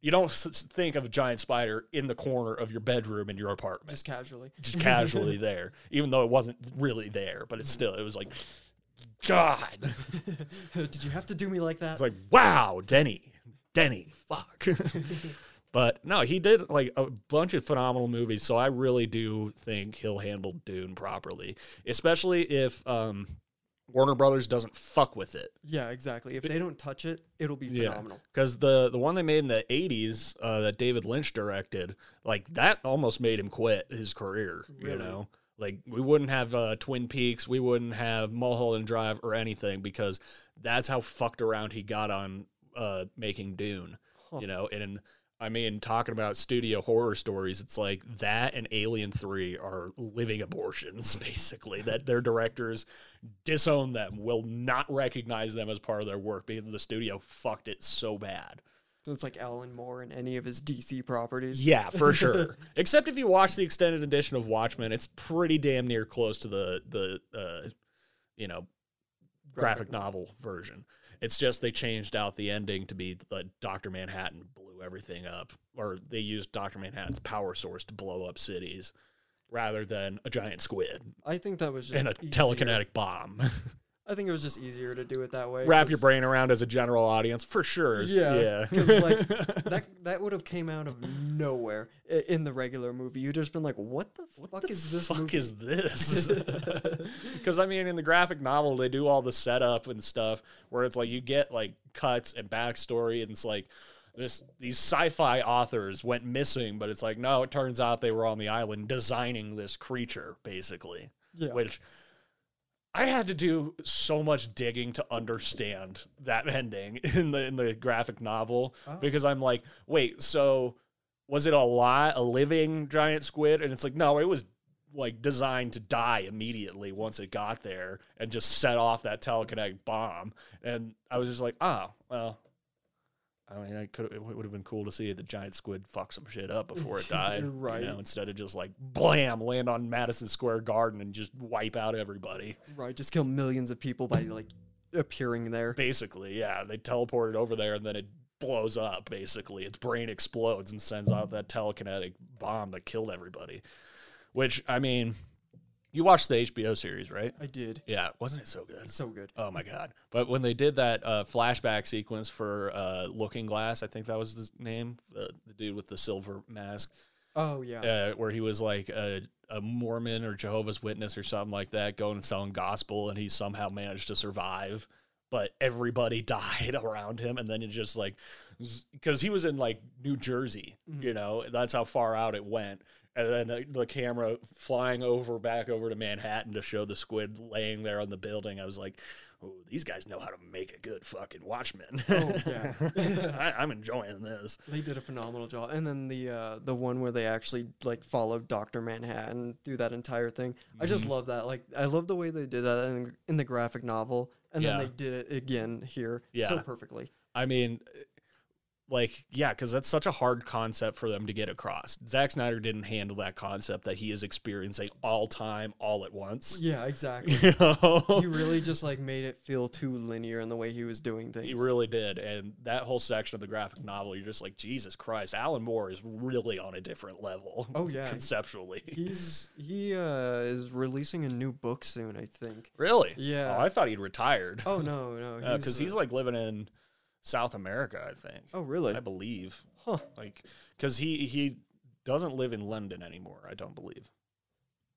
B: you don't s- s- think of a giant spider in the corner of your bedroom in your apartment
C: just casually.
B: just casually there, even though it wasn't really there, but it's still, it was like, God.
C: Did you have to do me like that?
B: It's like, wow, Denny, Denny, fuck. but no, he did like a bunch of phenomenal movies, so I really do think he'll handle Dune properly, especially if um, Warner Brothers doesn't fuck with it.
C: yeah, exactly. If they don't touch it, it'll be
B: Yeah.
C: phenomenal.
B: Because the the one they made in the '80s uh, that David Lynch directed, like that almost made him quit his career. You
C: Really?
B: know, like we wouldn't have uh, Twin Peaks, we wouldn't have Mulholland Drive or anything because that's how fucked around he got on uh, making Dune. You know, and I mean, talking about studio horror stories, it's like that and Alien Three are living abortions, basically. that their directors disown them, will not recognize them as part of their work because the studio fucked it so bad.
C: So it's like Alan Moore and any of his DC properties.
B: Yeah, for sure. Except if you watch the extended edition of Watchmen, it's pretty damn near close to the the uh, you know graphic,
C: Graphic
B: novel version. It's just they changed out the ending to be the Doctor Manhattan blew everything up, or they used Doctor Manhattan's power source to blow up cities rather than a giant squid
C: I think that was just
B: and a
C: easier.
B: telekinetic bomb.
C: I think it was just easier to do it that way.
B: Wrap your
C: 'cause
B: brain around as a general audience for sure.
C: Yeah,
B: yeah.
C: 'cause, like, That that would have came out of nowhere i- in the regular movie. You'd just been like, "What the fuck
B: the
C: is this
B: fuck
C: movie?"
B: is this? Because I mean, in the graphic novel, they do all the setup and stuff where it's like you get like cuts and backstory, and it's like this these sci-fi authors went missing, but it's like no, it turns out they were on the island designing this creature, basically.
C: yeah,
B: Which I had to do so much digging to understand that ending in the in the graphic novel
C: Oh.
B: because I'm like, wait, so was it a lie, a living giant squid? And it's like, no, it was like designed to die immediately once it got there and just set off that telekinetic bomb. And I was just like, oh, well. I mean, I could it would have been cool to see the giant squid fuck some shit up before it died, you
C: Right.
B: know, instead of just like blam land on Madison Square Garden and just wipe out everybody.
C: right. Just kill millions of people by like appearing there.
B: Basically, yeah, they teleported over there and then it blows up. Basically, its brain explodes and sends out that telekinetic bomb that killed everybody. Which I mean, you watched the HBO series, right?
C: I did.
B: Yeah, wasn't it so good?
C: So good.
B: Oh my god! But when they did that uh, flashback sequence for uh, Looking Glass, I think that was the name, uh, the dude with the silver mask,
C: Oh yeah.
B: uh, where he was like a, a Mormon or Jehovah's Witness or something like that, going and selling gospel, and he somehow managed to survive. But everybody died around him, and then it just like because he was in like New Jersey,
C: Mm-hmm.
B: you know, that's how far out it went. And then the, the camera flying over back over to Manhattan to show the squid laying there on the building. I was like, oh, these guys know how to make a good fucking Watchmen.
C: Oh, yeah.
B: I, I'm enjoying this.
C: They did a phenomenal job. And then the uh, the one where they actually like followed Doctor Manhattan through that entire thing. I just
B: Mm-hmm.
C: love that. Like I love the way they did that in, in the graphic novel, and
B: Yeah.
C: then they did it again here so
B: Yeah.
C: perfectly.
B: I mean, like, yeah, because that's such a hard concept for them to get across. Zack Snyder didn't handle that concept that he is experiencing all time, all at once.
C: Yeah, exactly.
B: You know?
C: he really just like made it feel too linear in the way he was doing things.
B: He really did. And that whole section of the graphic novel, you're just like, Jesus Christ, Alan Moore is really on a different level.
C: Oh, yeah.
B: Conceptually.
C: He's he uh, is releasing a new book soon, I think.
B: really?
C: Yeah.
B: Oh, I thought he'd retired.
C: Oh no, no,
B: Because he's,
C: uh,
B: like living in South America, I think.
C: oh really?
B: I believe.
C: Huh.
B: Like, because he, he doesn't live in London anymore, I don't believe.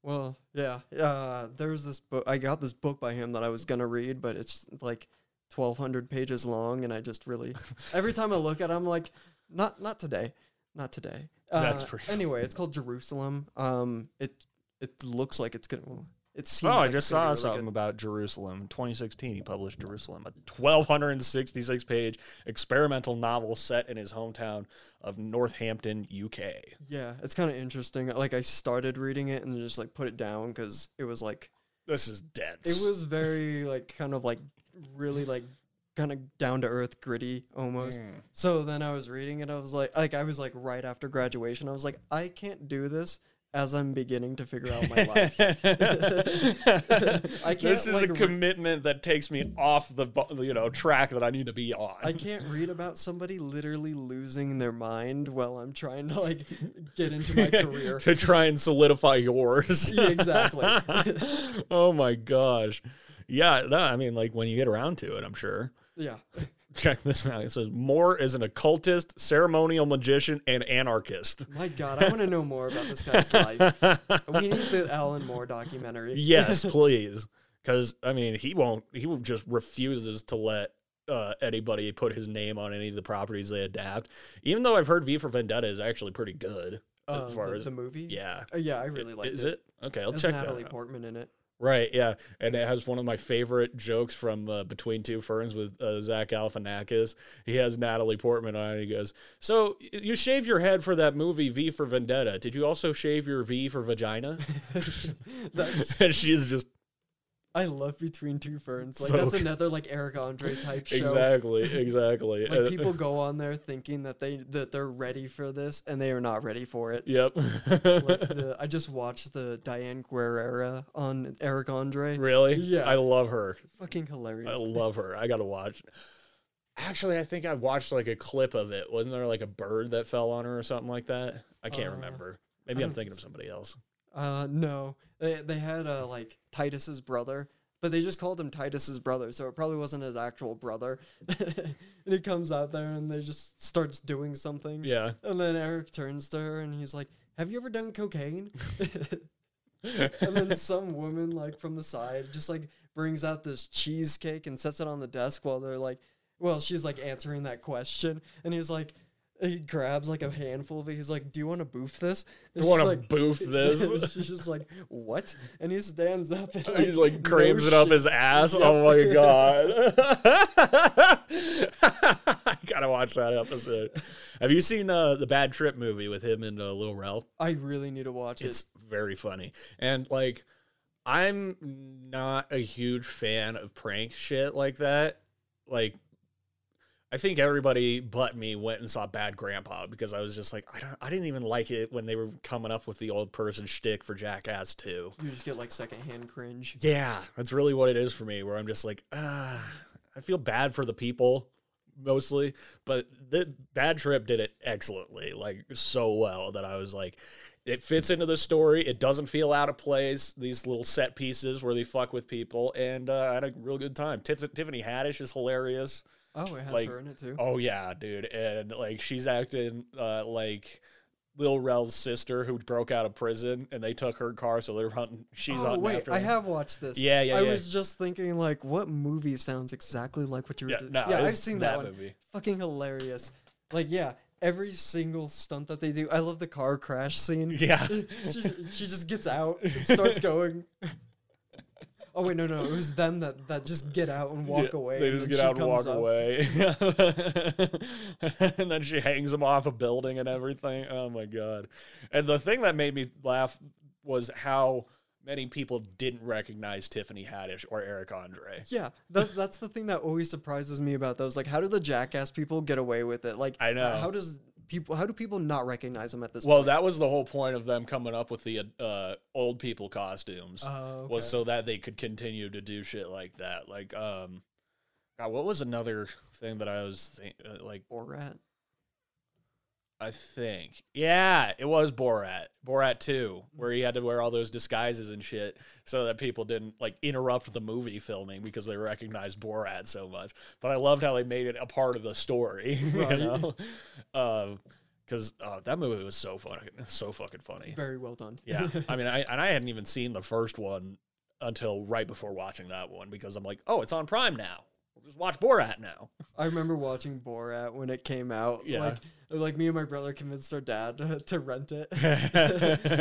C: Well, yeah. Uh, there was this book. I got this book by him that I was gonna read, but it's like twelve hundred pages long, and I just really every time I look at, it, I'm like, not not today, not today. Uh,
B: That's pretty funny.
C: Anyway, it's called Jerusalem. Um, it it looks like it's gonna. It seems.
B: Oh, I
C: like it's
B: just
C: gonna
B: saw
C: be really
B: something about Jerusalem. 2016, he published Jerusalem, a 1,266 page experimental novel set in his hometown of Northampton, UK.
C: good. Yeah, it's kind of interesting. Like I started reading it and just like put it down because it was like
B: This is dense.
C: it was very like kind of like really like kind of down to earth gritty almost
B: Hmm.
C: so then i was reading it i was like like i was like right after graduation i was like i can't do this as i'm beginning to figure out my life I can't,
B: this is
C: like,
B: a
C: re-
B: commitment that takes me off the bu- you know track that I need to be on.
C: i can't read about somebody literally losing their mind while i'm trying to like get into my career
B: to try and solidify yours.
C: Yeah, exactly
B: oh my gosh. Yeah, no, I mean, like when you get around to it, I'm sure.
C: yeah
B: Check this out. It says Moore is an occultist, ceremonial magician, and anarchist.
C: my god i want to know more about this guy's life we need the alan moore documentary
B: yes, please. Because I mean, he won't. He will- just refuses to let uh, anybody put his name on any of the properties they adapt. Even though I've heard V for Vendetta is actually pretty good.
C: um,
B: as far
C: the,
B: as
C: the movie
B: yeah,
C: Uh, yeah i really like it
B: Is it? Okay, I'll
C: Has
B: check
C: Natalie
B: that. Out.
C: Portman in it.
B: Right, yeah, and it has one of my favorite jokes from uh, Between Two Ferns with uh, Zach Galifianakis. He has Natalie Portman on, and he goes, "So y- you shave your head for that movie V for Vendetta? Did you also shave your V for vagina?"
C: That's-
B: and she's just
C: I love Between Two Ferns. Like
B: So
C: that's
B: good.
C: another like Eric Andre type show.
B: exactly, exactly.
C: Like
B: Uh,
C: people go on there thinking that they that they're ready for this and they are not ready for it.
B: Yep.
C: Like the, I just watched the Diane Guerrera on Eric Andre.
B: really?
C: Yeah.
B: I love her.
C: Fucking
B: I
C: hilarious.
B: love her. I gotta watch. Actually, I think I watched like a clip of it. Wasn't there like a bird that fell on her or something like that? I can't
C: Uh,
B: remember. Maybe
C: I
B: I'm
C: don't
B: thinking
C: think
B: of somebody else.
C: Uh, no, they they had uh like Titus's brother, but they just called him Titus's brother, so it probably wasn't his actual brother. and he comes out there and they just starts doing something.
B: Yeah.
C: And then Eric turns to her and he's like, Have you ever done cocaine? and then some woman, like from the side, just like brings out this cheesecake and sets it on the desk while they're like, Well, she's like answering that question. And he's like, He grabs like a handful of it. He's like, Do you want to boof this? And
B: I
C: she's
B: want to
C: like,
B: boof this.
C: she's just like, What? And he stands up and
B: He's
C: no
B: like crames it up
C: shit.
B: his ass. Oh my god! I gotta watch that episode. Have you seen uh, the Bad Trip movie with him and uh, Lil Rel?
C: I really need to watch it.
B: It's very funny. And like I'm not a huge fan of prank shit like that. Like I think everybody but me went and saw Bad Grandpa because I was just like I don't I didn't even like it when they were coming up with the old person shtick for Jackass 2.
C: You just get like secondhand cringe.
B: Yeah, that's really what it is for me where I'm just like ah I feel bad for the people mostly, but the Bad Trip did it excellently, like so well that I was like, it fits into the story. It doesn't feel out of place. These little set pieces where they fuck with people, and uh, I had a real good time. Tiff- Tiffany Haddish is hilarious.
C: Oh, it has
B: Like,
C: her in it too.
B: Oh yeah, dude, and like she's acting uh, like. Lil Rel's sister who broke out of prison and they took her car, so they're hunting. She's
C: oh
B: hunting
C: wait,
B: after
C: I
B: them.
C: have watched this.
B: Yeah, yeah,
C: I
B: yeah.
C: was just thinking, like, what movie sounds exactly like what you were?
B: Yeah,
C: just-
B: no,
C: yeah, I've
B: it's
C: seen that,
B: that
C: one.
B: movie.
C: Fucking hilarious. Like, yeah, every single stunt that they do. I love the car crash scene.
B: Yeah.
C: she, she just gets out, and starts going. Oh wait, no, no, it was them that that just get out and walk
B: Yeah,
C: away.
B: They
C: and
B: just
C: then
B: get
C: she
B: out and walk
C: comes up.
B: away. and then she hangs him off a building and everything. Oh my god. And the thing that made me laugh was how many people didn't recognize Tiffany Haddish or Eric Andre.
C: Yeah, that, that's the thing that always surprises me about those. Like, how do the jackass people get away with it? Like,
B: I know.
C: How does people? How do people not recognize them at this?
B: Well, that was the whole point of them coming up with the uh, old people costumes.
C: Oh,
B: was
C: okay.
B: so that they could continue to do shit like that. Like um God, what was another thing that I was think- uh, like
C: or rat?
B: I think. Yeah, it was Borat. Borat 2, where he had to wear all those disguises and shit so that people didn't like interrupt the movie filming because they recognized Borat so much. But I loved how they made it a part of the story, you
C: Right.
B: know. Um because uh, that movie was so fucking so fucking funny.
C: Very well done.
B: Yeah, I mean, I and I hadn't even seen the first one until right before watching that one because I'm like, oh, it's on Prime now. We'll just watch Borat now.
C: I remember watching Borat when it came out.
B: Yeah.
C: Like, like me and my brother convinced our dad to rent it.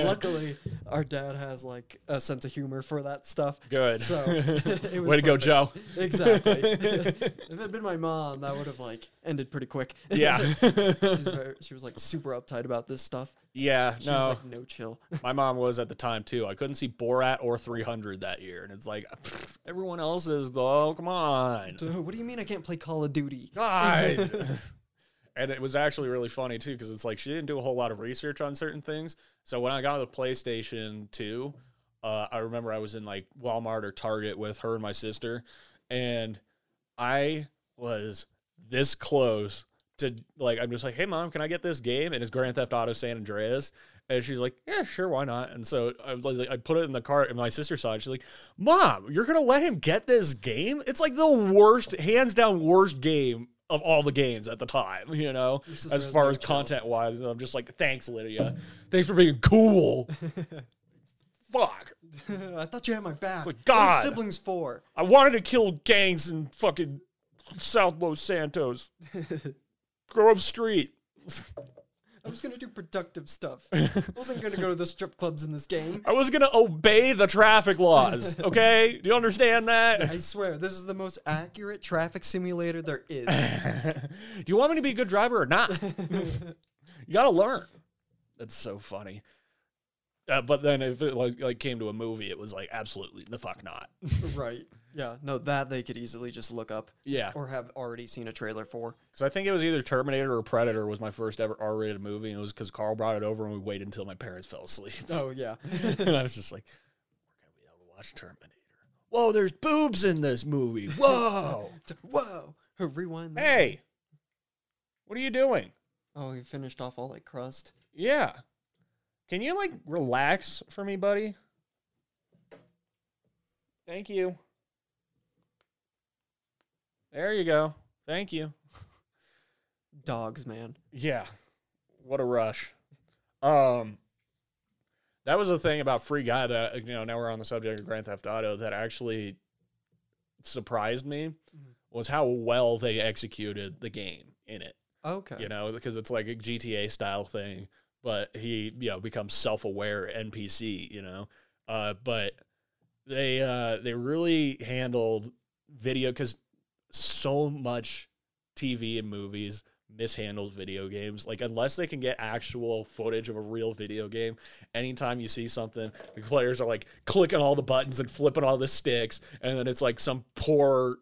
C: Luckily, our dad has like a sense of humor for that stuff.
B: Good.
C: So it was
B: Way to go,
C: perfect.
B: Joe.
C: Exactly. if it had been my mom, that would have like ended pretty quick.
B: Yeah.
C: She's very, she was like super uptight about this stuff.
B: yeah.
C: She was
B: No,
C: like no chill.
B: my mom was at the time too. I couldn't see Borat or 300 that year, and it's like everyone else is though. Come on.
C: So, what do you mean I can't play Call of Duty?
B: God. and it was actually really funny too because it's like she didn't do a whole lot of research on certain things. So when I got the PlayStation 2, uh, I remember I was in like Walmart or Target with her and my sister, and I was this close to like I'm just like, hey mom, can I get this game? And it's Grand Theft Auto San Andreas. And she's like, yeah, sure, why not? And so I was like, I put it in the cart, and my sister saw it. She's like, mom, you're gonna let him get this game? It's like the worst, hands down, worst game of all the games at the time. You know,
C: Your sister
B: as
C: has
B: far
C: no
B: as
C: chill.
B: content wise, I'm just like, thanks, Lydia, thanks for being cool. Fuck,
C: I thought you had my back.
B: like,
C: What are
B: God.
C: siblings for.
B: I wanted to kill gangs in fucking South Los Santos, Grove Street.
C: I was gonna do productive stuff. I wasn't gonna go to the strip clubs in this game.
B: I was gonna obey the traffic laws. Okay, do you understand that?
C: I swear, this is the most accurate traffic simulator there is.
B: do you want me to be a good driver or not? you gotta learn. That's so funny. Uh, but then if it like, like came to a movie, it was like absolutely the fuck not.
C: right. Yeah, no, that they could easily just look up
B: yeah,
C: or have already seen a trailer for.
B: because I think it was either Terminator or Predator was my first ever R-rated movie, and it was because Carl brought it over and we waited until my parents fell asleep,
C: Oh, yeah.
B: and I was just like, we're gonna be able to watch Terminator. Whoa, there's boobs in this movie. Whoa.
C: Whoa! Rewind that.
B: Hey, what are you doing?
C: Oh, you finished off all that crust.
B: Yeah. Can you like relax for me, buddy? Thank you. There you go. Thank you.
C: Dogs, man.
B: Yeah. What a rush. Um that was the thing about Free Guy that you know, now we're on the subject of Grand Theft Auto that actually surprised me was how well they executed the game in it.
C: Okay.
B: you know, because it's like a GTA style thing, but he, you know, becomes self-aware NPC, you know. Uh, but they uh they really handled video because so much TV and movies mishandles video games. Like unless they can get actual footage of a real video game, anytime you see something, the players are like clicking all the buttons and flipping all the sticks, and then it's like some poor,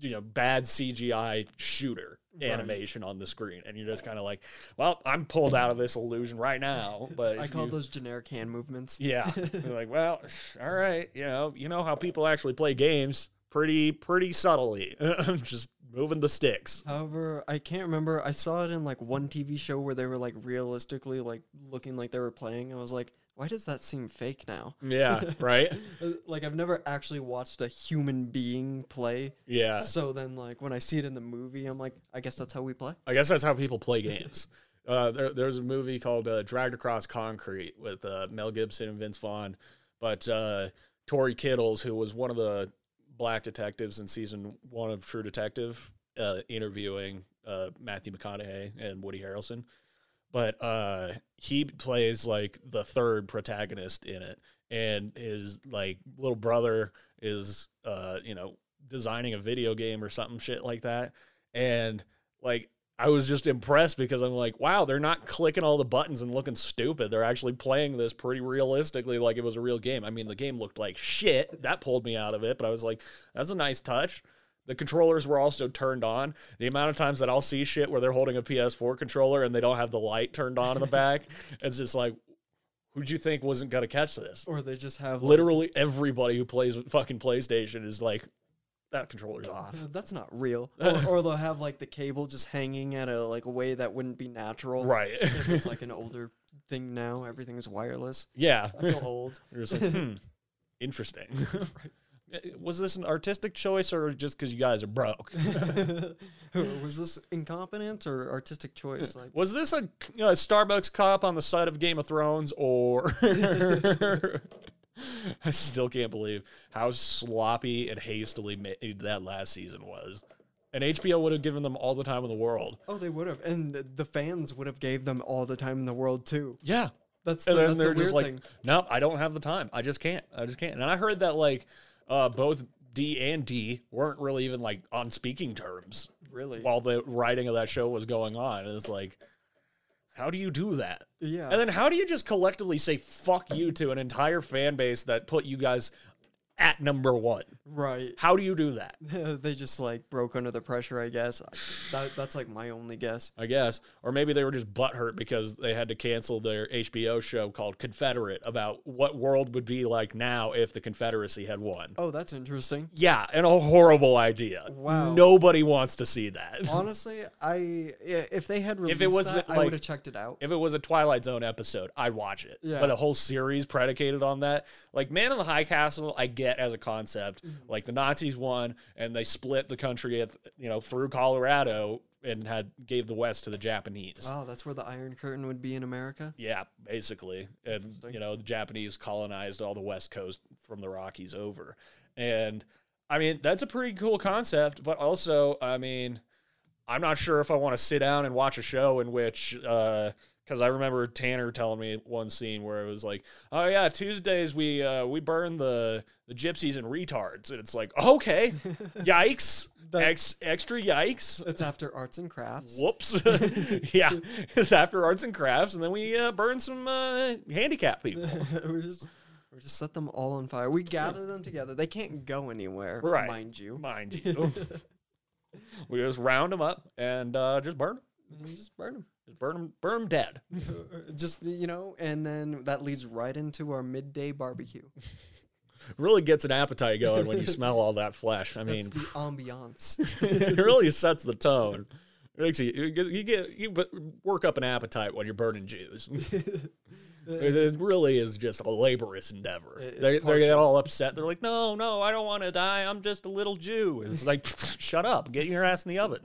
B: you know, bad CGI shooter
C: Right.
B: animation on the screen, and you're just kind of like, well, I'm pulled out of this illusion right now. But
C: I
B: if
C: call
B: you-
C: those generic hand movements.
B: yeah. They're like, well, all right, you know, you know how people actually play games pretty pretty subtly. just moving the sticks.
C: However, I can't remember. I saw it in like one TV show where they were like realistically like looking like they were playing. I was like, why does that seem fake now?
B: Yeah, right?
C: Uh, Like I've never actually watched a human being play.
B: Yeah.
C: So then like when I see it in the movie, I'm like, I guess that's how we play.
B: I guess that's how people play games. Uh, there, there's a movie called uh, Dragged Across Concrete with uh, Mel Gibson and Vince Vaughn, but uh, Tori Kittles, who was one of the black detectives in season one of True Detective, uh, interviewing uh, Matthew McConaughey and Woody Harrelson. But uh, he plays like the third protagonist in it, and his like little brother is uh, you know designing a video game or something shit like that, and like I was just impressed because I'm like, wow, they're not clicking all the buttons and looking stupid. They're actually playing this pretty realistically, like it was a real game. I mean, the game looked like shit. That pulled me out of it, but I was like, that's a nice touch. The controllers were also turned on. The amount of times that I'll see shit where they're holding a PS4 controller and they don't have the light turned on in the back, it's just like, who'd you think wasn't gonna catch this?
C: Or they just have like,
B: Literally everybody who plays fucking PlayStation is like, that controller's off.
C: "Uh, That's not real. Or, or they'll have like the cable just hanging at a like a way that wouldn't be natural.
B: Right.
C: If it's like an older thing now. Everything is wireless.
B: yeah.
C: I feel old.
B: You're just like, hmm, interesting. was this an artistic choice or just because you guys are broke?
C: was this incompetence or artistic choice? Like,
B: was this a, a Starbucks cop on the side of Game of Thrones or? I still can't believe how sloppy and hastily made that last season was. And HBO would have given them all the time in the world.
C: oh, they would have, and the fans would have gave them all the time in the world too.
B: Yeah,
C: That's the,
B: and then
C: that's
B: they're
C: the
B: just
C: weird
B: like,
C: thing.
B: nope, I don't have the time. I just can't. I just can't. And I heard that like uh, both D and D weren't really even like on speaking terms
C: really,
B: while the writing of that show was going on. And it's like, how do you do that?
C: yeah.
B: And then how do you just collectively say fuck you to an entire fan base that put you guys at number one?
C: right.
B: How do you do that?
C: they just like broke under the pressure, I guess. That, that's like my only guess.
B: I guess. Or maybe they were just butthurt because they had to cancel their HBO show called Confederate about what world would be like now if the Confederacy had won.
C: Oh, that's interesting.
B: Yeah, and a horrible idea.
C: Wow.
B: Nobody wants to see that.
C: Honestly, I i- if they had released
B: it was
C: that,
B: the-
C: I
B: like-
C: would have checked it out.
B: If it was a Twilight Zone episode, I'd watch it.
C: Yeah.
B: But a whole series predicated on that. Like Man in the High Castle, I get as a concept.
C: Mm-hmm.
B: Like the Nazis won and they split the country at, you know, through Colorado and had gave the West to the Japanese.
C: Wow, that's where the Iron Curtain would be in America.
B: Yeah, basically. And you know, the Japanese colonized all the West Coast from the Rockies over. And I mean, that's a pretty cool concept, but also, I mean, I'm not sure if I want to sit down and watch a show in which uh because I remember Tanner telling me one scene where it was like, "Oh yeah, Tuesdays we uh, we burn the the gypsies and retards," and it's like, "Okay, yikes, Ex- extra yikes."
C: It's after arts and crafts.
B: Whoops. yeah. It's after arts and crafts, and then we uh, burn some uh, handicap people.
C: we just we just set them all on fire. We gather them together. They can't go anywhere,
B: Right.
C: mind you.
B: Mind you. we just round them up and uh, just burn them.
C: And you just burn
B: Just burn them, burn 'em dead.
C: them. just you know, and then that leads right into our midday barbecue.
B: really gets an appetite going when you smell all that flesh. I mean,
C: That's the ambiance.
B: it really sets the tone. It makes you, you get you get you b- work up an appetite when you're burning Jews. it, it really is just a laborious endeavor.
C: It- it's
B: They they get
C: partial.
B: all upset. They're like, "No, no, I don't want to die. I'm just a little Jew." It's like, "Shut up! Get your ass in the oven."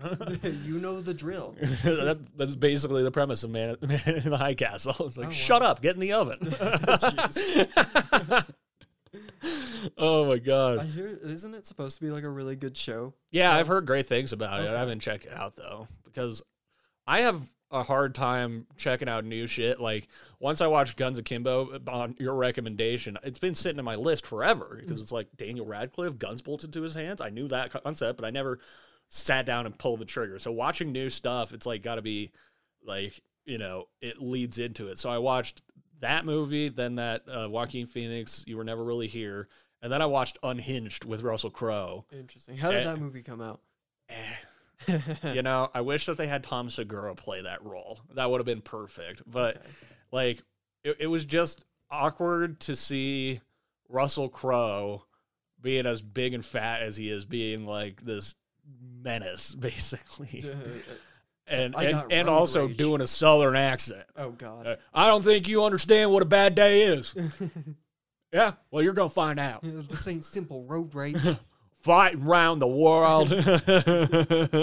C: you know the drill.
B: that, that's basically the premise of Man, Man in the High Castle. It's
C: Oh,
B: like, "Shut up! Get in the oven." oh my god!
C: I hear isn't it supposed to be like a really good show?
B: Yeah, I've heard great things about it. I haven't checked it out though because I have a hard time checking out new shit. Like once I watched Guns Akimbo on your recommendation, it's been sitting in my list forever because it's like Daniel Radcliffe guns bolted to his hands. I knew that concept, but I never sat down and pulled the trigger. So watching new stuff, it's like got to be like you know it leads into it. So I watched that movie, then that uh, Joaquin Phoenix, You Were Never Really Here, and then I watched Unhinged with Russell Crowe
C: Interesting. How did
B: Eh.
C: that movie come out?
B: you know, I wish that they had Tom Segura play that role. That would have been perfect. But like, it, it was just awkward to see Russell Crowe being as big and fat as he is, being like this menace, basically, and
C: I
B: and,
C: got
B: and
C: road
B: also
C: rage.
B: doing a southern accent.
C: oh God.
B: Uh, I don't think you understand what a bad day is. yeah, well, you're gonna find out.
C: this ain't simple road rage.
B: fighting around the world.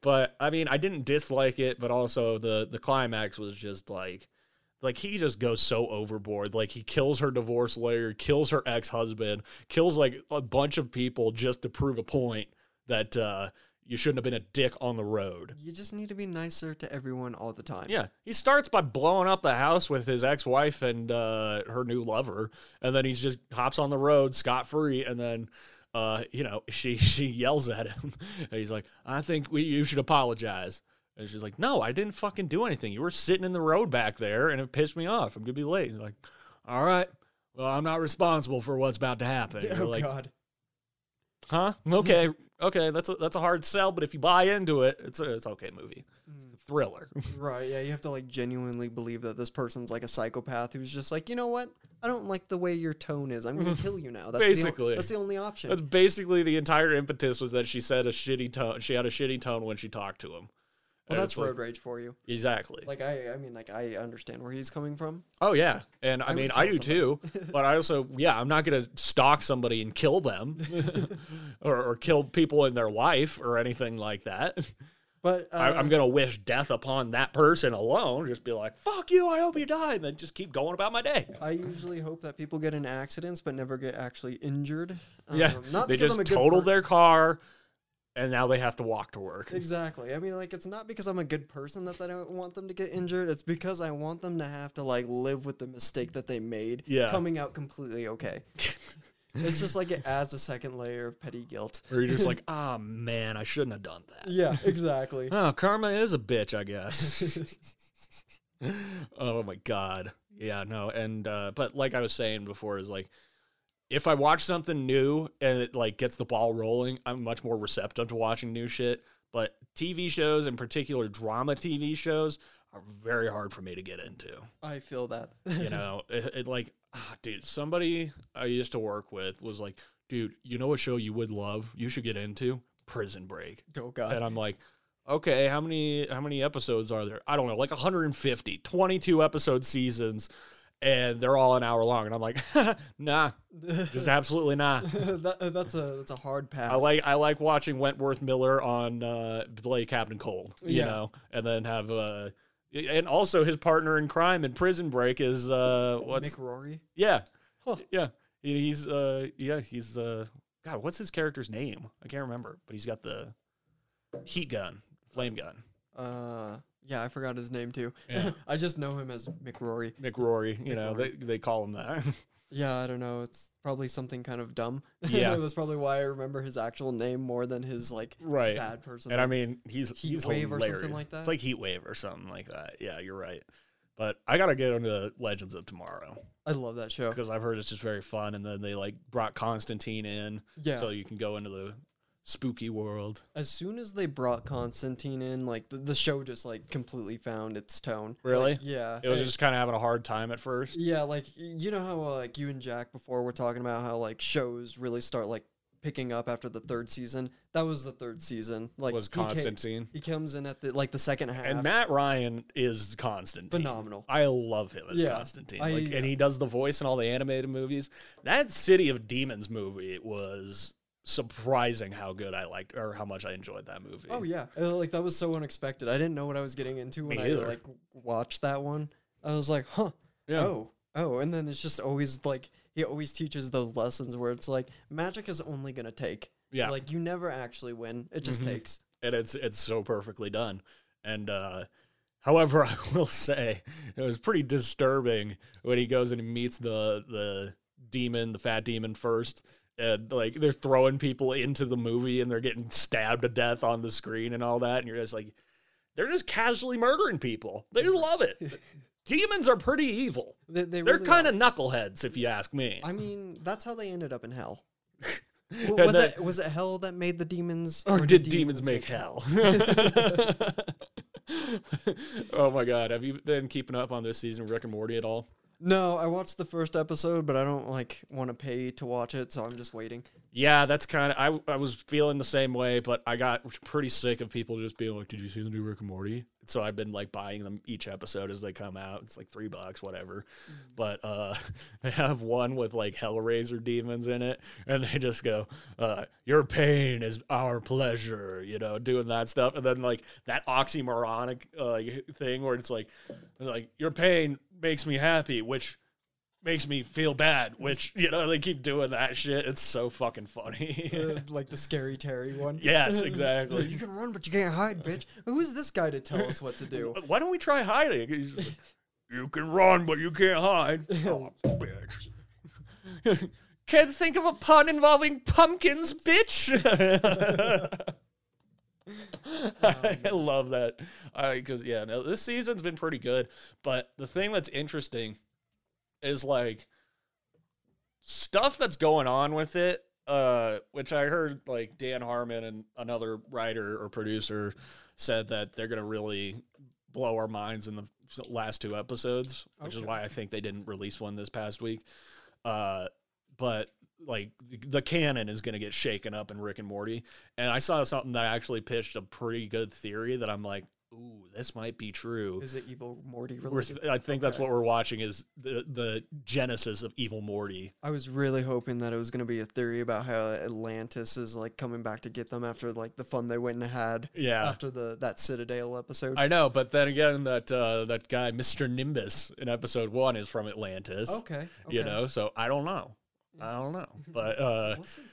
B: but I mean, I didn't dislike it, but also the the climax was just like like he just goes so overboard. Like he kills her divorce lawyer, kills her ex-husband, kills like a bunch of people just to prove a point that uh you shouldn't have been a dick on the road.
C: you just need to be nicer to everyone all the time.
B: Yeah, he starts by blowing up the house with his ex-wife and uh, her new lover, and then he just hops on the road scot free, and then. Uh, you know, she she yells at him, and he's like, "I think we you should apologize." And she's like, "No, I didn't fucking do anything. You were sitting in the road back there, and it pissed me off. I'm gonna be late." He's like, "All right, well, I'm not responsible for what's about to happen." You're
C: Oh
B: like,
C: God.
B: huh? Okay, okay, that's a, that's a hard sell, but if you buy into it, it's a, it's an okay movie, it's a
C: Mm.
B: thriller.
C: Right. Yeah. You have to like genuinely believe that this person's like a psychopath who's just like, you know what? I don't like the way your tone is. I'm gonna kill you now. That's The,
B: Basically.
C: o- that's the only option.
B: That's basically the entire impetus was that she said a shitty tone. She had a shitty tone when she talked to him,
C: Well,
B: And
C: that's
B: it's like-
C: road rage for you.
B: Exactly.
C: Like I, I mean, like I understand where he's coming from.
B: oh yeah, and I,
C: I
B: mean
C: would
B: I do
C: kill
B: too, but I also yeah I'm not gonna stalk somebody and kill them, or, or kill people in their life or anything like that.
C: But uh,
B: I, I'm gonna wish death upon that person alone. Just be like fuck you, I hope you die, and then just keep going about my day.
C: I usually hope that people get in accidents but never get actually injured.
B: yeah,
C: Um, not
B: they
C: because
B: just
C: I'm a good
B: total
C: per-
B: their car, and now they have to walk to work.
C: Exactly. I mean, like it's not because I'm a good person that I don't want them to get injured. It's because I want them to have to like live with the mistake that they made,
B: Yeah.
C: coming out completely okay. it's just like it adds a second layer of petty guilt.
B: Or you're just like, ah man, I shouldn't have done that.
C: Yeah, exactly.
B: Oh, karma is a bitch, I guess. oh my god. Yeah, no. And uh but like I was saying before is like if I watch something new and it like gets the ball rolling, I'm much more receptive to watching new shit, but TV shows in particular drama TV shows are very hard for me to get into
C: I feel that.
B: you know it, it like ah, dude somebody i used to work with was like dude you know what show you would love you should get into prison break
C: oh God.
B: and i'm like okay how many how many episodes are there i don't know like 150 22 episode seasons and they're all an hour long and i'm like nah just absolutely nah
C: that, uh, that's a that's a hard pass.
B: I like I like watching Wentworth Miller on uh, play Captain Cold, you
C: Yeah.
B: know, and then have uh, and also his partner in crime in Prison Break is uh, what's
C: Mick Rory.
B: yeah.
C: Huh.
B: Yeah. He- He's uh yeah, he's uh God, what's his character's name? I can't remember, but he's got the heat gun, flame gun.
C: Uh, yeah, I forgot his name too.
B: Yeah.
C: I just know him as Mick Rory.
B: McRory, you know, they they call him that.
C: Yeah, I don't know. It's probably something kind of dumb.
B: Yeah.
C: that's probably why I remember his actual name more than his like
B: right.
C: bad person.
B: And I mean, he's
C: Heat
B: he's
C: Wave or something
B: hilarious.
C: like
B: It's
C: that?
B: like heat wave or something like that. Yeah, you're right. But I gotta get into Legends of Tomorrow
C: I love that show.
B: because I've heard it's just very fun. And then they like brought Constantine in,
C: Yeah.
B: so you can go into the spooky world.
C: as soon as they brought Constantine in, like the, the show just like completely found its tone.
B: Really?
C: Like, yeah.
B: It was just kind of having a hard time at first.
C: Yeah, like y- you know how uh, like you and Jack before were talking about how like shows really start like picking up after the third season. That was the third season. Like
B: was
C: he ca-
B: Constantine.
C: He comes in at the like the second half.
B: And Matt Ryan is Constantine.
C: phenomenal.
B: I love him as
C: Yeah,
B: Constantine.
C: I-
B: like, and he does the voice in all the animated movies. That City of Demons movie was surprising how good I liked or how much I enjoyed that movie.
C: Oh yeah, Uh, like that was so unexpected. I didn't know what I was getting into
B: Me
C: when
B: either.
C: I like watched that one. I was like, huh,
B: Yeah.
C: oh, oh, and then it's just always like he always teaches those lessons where it's like magic is only gonna take.
B: Yeah.
C: like you never actually win. It just
B: Mhm.
C: takes.
B: and it's it's so perfectly done. And uh however I will say it was pretty disturbing when he goes and he meets the the demon, the fat demon first. And like they're throwing people into the movie and they're getting stabbed to death on the screen and all that, and you're just like they're just casually murdering people. They just love it. Demons are pretty evil.
C: They, they
B: They're
C: really
B: kind
C: are.
B: of knuckleheads, if you ask me.
C: I mean, that's how they ended up in hell. W-
B: And
C: was
B: that-
C: it was it hell that made the demons,
B: or,
C: did
B: did, demons, make, hell? oh my god, have you been keeping up on this season of Rick and Morty at all?
C: No, I watched the first episode, but I don't like want to pay to watch it, so I'm just waiting.
B: Yeah, that's kind of I I was feeling the same way, but I got pretty sick of people just being like, "Did you see the new Rick and Morty?" So I've been like buying them each episode as they come out. It's like 3 bucks, whatever. But uh they have one with like Hellraiser demons in it and they just go, uh, "Your pain is our pleasure," you know, doing that stuff. And then like that oxymoronic uh, like, thing where it's like like your pain makes me happy, which makes me feel bad, which, you know, they keep doing that shit. It's so fucking funny.
C: Uh, like the scary Terry one.
B: yes,
C: Like, you
B: exactly.
C: can run, but you can't hide, bitch. Who is this guy to tell us what to do?
B: Why don't we try hiding? He's like, you can run, but you can't hide. Oh, bitch. Can't think of a pun involving pumpkins, bitch. I love that. Because, yeah, no, this season's been pretty good. But the thing that's interesting is like stuff that's going on with it uh which i heard like dan harmon and another writer or producer said that they're going to really blow our minds in the last two episodes which is
C: Okay.
B: why i think they didn't release one this past week uh but like the- the canon is going to get shaken up in rick and morty and i saw something that actually pitched a pretty good theory that i'm like ooh, this might be true.
C: Is it Evil Morty
B: We're,
C: related?
B: I think that's
C: Okay.
B: what we're watching is the the genesis of Evil Morty.
C: I was really hoping that it was gonna be a theory about how Atlantis is like coming back to get them after like the fun they went and had
B: Yeah,
C: after the that Citadel episode.
B: I know, but then again, that uh, that guy Mr. Nimbus in episode one is from Atlantis.
C: okay,
B: You
C: okay.
B: know, so I don't know. I don't know, but uh,
C: What's it-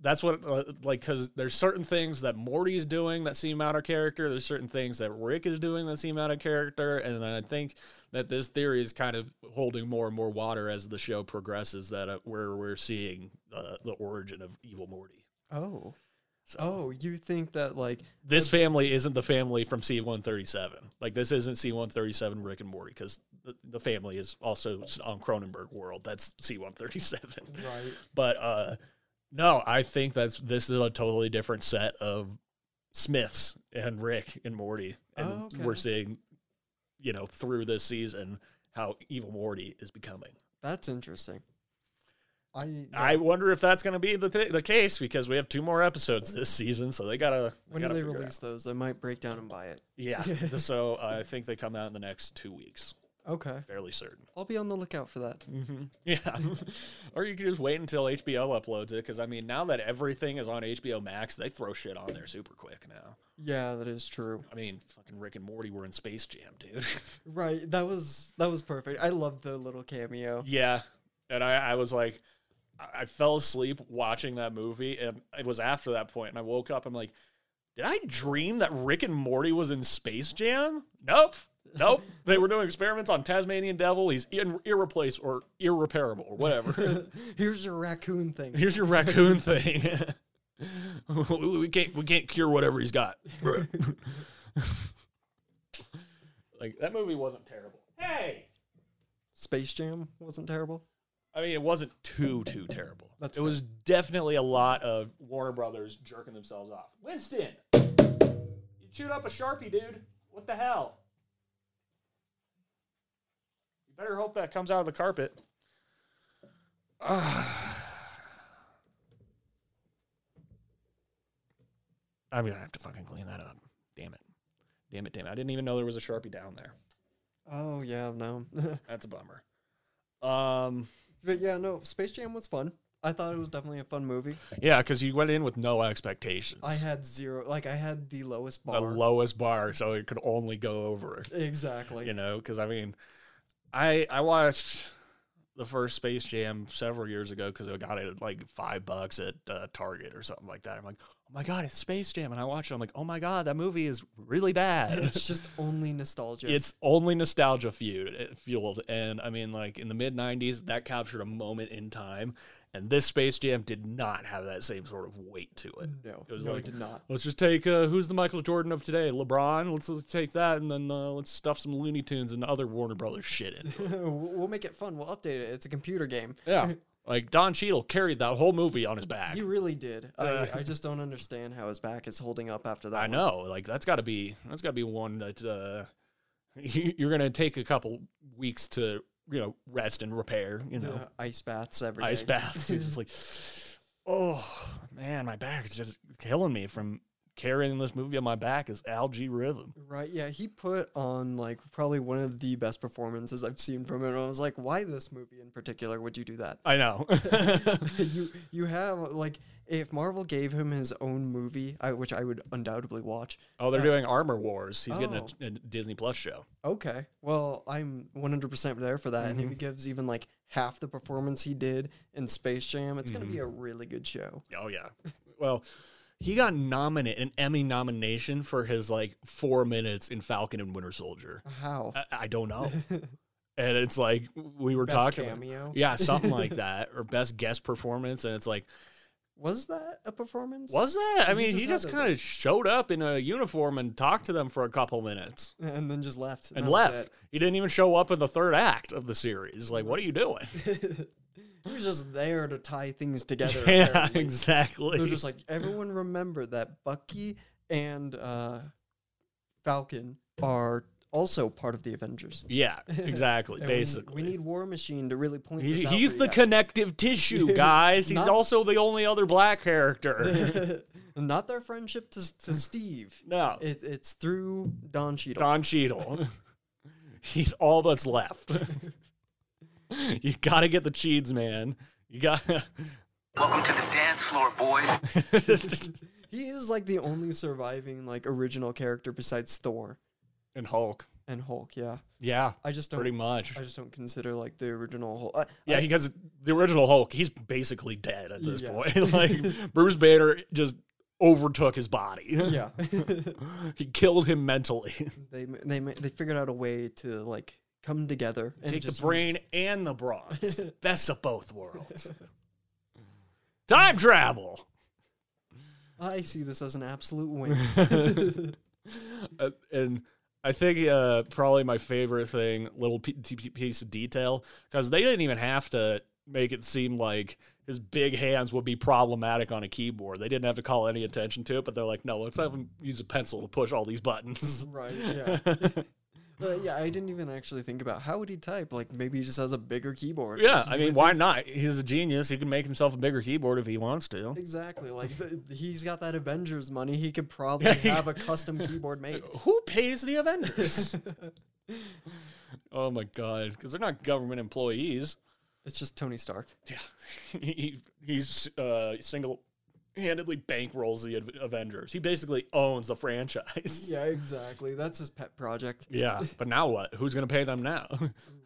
B: that's what uh, like because there's certain things that Morty's doing that seem out of character. There's certain things that Rick is doing that seem out of character, and I think that this theory is kind of holding more and more water as the show progresses. That uh, where we're seeing uh, the origin of evil Morty.
C: Oh,
B: So
C: oh, you think that like
B: this family isn't the family from C137. Like this isn't C137 Rick and Morty because the, the family is also on Cronenberg World. That's C137.
C: right?
B: But uh no, I think that's this is a totally different set of Smiths and Rick and Morty. And
C: Oh, okay.
B: we're seeing, you know, through this season how evil Morty is becoming.
C: That's interesting. I
B: I wonder if that's going to be the th- the case because we have two more episodes this season, so they gotta they
C: when do
B: gotta
C: they
B: figure it out.
C: release those? I might break down and buy it.
B: Yeah, th- so I think they come out in the next two weeks,
C: Okay,
B: fairly certain.
C: I'll be on the lookout for that.
B: Mm-hmm. Yeah, or you could just wait until HBO uploads it because I mean, now that everything is on HBO Max, they throw shit on there super quick now.
C: Yeah, that is true.
B: I mean, fucking Rick and Morty were in Space Jam, dude.
C: Right, that was that was perfect. I loved the little cameo.
B: yeah. And I, I was like, I I fell asleep watching that movie, and it was after that point, and I woke up. I'm like, did I dream that Rick and Morty was in Space Jam? Nope, nope. they were doing experiments on Tasmanian Devil. He's ir- irreplaceable or irreparable or whatever.
C: Here's your raccoon thing.
B: Here's your raccoon thing. we we can't we can't cure whatever he's got. like that movie wasn't terrible. Hey.
C: Space Jam wasn't terrible.
B: I mean, it wasn't too too terrible.
C: That's
B: it was definitely a lot of Warner Brothers jerking themselves off. Winston, you chewed up a sharpie, dude. What the hell? You better hope that comes out of the carpet. I'm gonna have to fucking clean that up. Damn it. Damn it, damn it. I didn't even know there was a Sharpie down there.
C: Oh yeah, no.
B: That's a bummer. Um
C: but yeah, no. Space Jam was fun. I thought it was definitely a fun movie.
B: Yeah, because you went in with no expectations.
C: I had zero, like I had the lowest bar.
B: the lowest bar, so it could only go over.
C: exactly.
B: You know, because I mean, I I watched the first Space Jam several years ago because I got it at like five bucks at uh, Target or something like that. I'm like, oh my god, it's Space Jam, and I watched it. I'm like, oh my god, that movie is really bad.
C: It's just only nostalgia.
B: It's only nostalgia fueled, eh, fueled, and I mean, like in the mid '90s, that captured a moment in time, and this Space Jam did not have that same sort of weight to it.
C: no,
B: it was
C: no,
B: like-
C: it did not.
B: Let's just take uh, who's the Michael Jordan of today, LeBron. Let's, let's take that, and then uh, let's stuff some Looney Tunes and other Warner Brothers shit in. it.
C: we'll we'll make it fun. We'll update it. It's a computer game.
B: Yeah, like Don Cheadle carried that whole movie on his back.
C: He really did.
B: Uh,
C: I, I just don't understand how his back is holding up after that.
B: I
C: one.
B: know, like that's got to be that's got to be one that uh, you- you're gonna take a couple weeks to you know rest and repair. You know,
C: Uh, ice baths every
B: ice
C: day.
B: baths. He's just like, oh man, my back is just killing me from carrying this movie on my back is algae rhythm.
C: Right, yeah, he put on like probably one of the best performances I've seen from him. And I was like, why this movie in particular would you do that?
B: I know.
C: you you have like if Marvel gave him his own movie, I, which I would undoubtedly watch.
B: Oh, they're
C: Yeah.
B: doing Armor Wars. He's getting
C: Oh.
B: a, a Disney Plus show.
C: Okay, well I'm 100% there for that.
B: Mm-hmm.
C: And if he gives even like half the performance he did in Space Jam, it's gonna
B: Mm-hmm.
C: be a really good show.
B: Oh yeah. Well, he got nominated an Emmy nomination for his like four minutes in Falcon and Winter Soldier.
C: How
B: I, I don't know. and it's like we were
C: best
B: talking.
C: cameo
B: Yeah, something like that, or best guest performance, and it's like,
C: was that a performance?
B: was that? I
C: He
B: mean,
C: just
B: he
C: had
B: just,
C: those-
B: kind of showed up in a uniform and talked to them for a couple minutes
C: and then just left
B: and
C: That was
B: left. He didn't even show up in the third act of the series. Like, what are you doing?
C: it. he was just there to tie things together.
B: yeah,
C: apparently.
B: exactly.
C: They're just like everyone remember that Bucky and uh, Falcon are also part of the Avengers.
B: yeah, exactly.
C: And we-
B: basically,
C: we, need War Machine to really point.
B: He's,
C: this out
B: he's
C: for
B: the
C: you guys.
B: connective tissue, guys. He's
C: Not-
B: also the only other black character.
C: Not their friendship to, to Steve.
B: No,
C: It, it's through Don Cheadle.
B: Don Cheadle. He's all that's left. you got to get the cheeds, man. You got.
E: Welcome to the dance floor, boys.
C: he is like the only surviving like original character besides Thor
B: and Hulk.
C: and Hulk. Yeah,
B: Yeah,
C: I just don't.
B: pretty much.
C: I just don't consider like the original uh, Hulk. I,
B: Yeah, because the original Hulk, he's basically dead at this
C: Yeah.
B: point. like Bruce Banner just overtook his body.
C: I- uh, yeah.
B: he killed him mentally.
C: they ma- they ma- they figured out a way to like come together and
B: Take the
C: just use-
B: brain and the bronze. Best of both worlds. Time travel.
C: I see this as an absolute win.
B: Uh, and I think uh, probably my favorite thing, little p- t- p- piece of detail, because they didn't even have to make it seem like his big hands would be problematic on a keyboard. They didn't have to call any attention to it, but they're like, no, let's have him use a pencil to push all these buttons.
C: right. Yeah. But yeah, I didn't even actually think about how would he type. Like maybe he just has a bigger keyboard.
B: yeah, I mean, why not? He's a genius. He can make himself a bigger keyboard if he wants to.
C: Exactly. Like the, he's got that Avengers money. He could probably
B: he-
C: have a custom keyboard made.
B: Who pays the Avengers? oh my god, because they're not government employees.
C: It's just Tony Stark.
B: Yeah, he he's uh, single-handedly bankrolls the Ad- Avengers. He basically owns the franchise.
C: Yeah, exactly. That's his pet project.
B: Yeah, but now what? Who's gonna pay them now?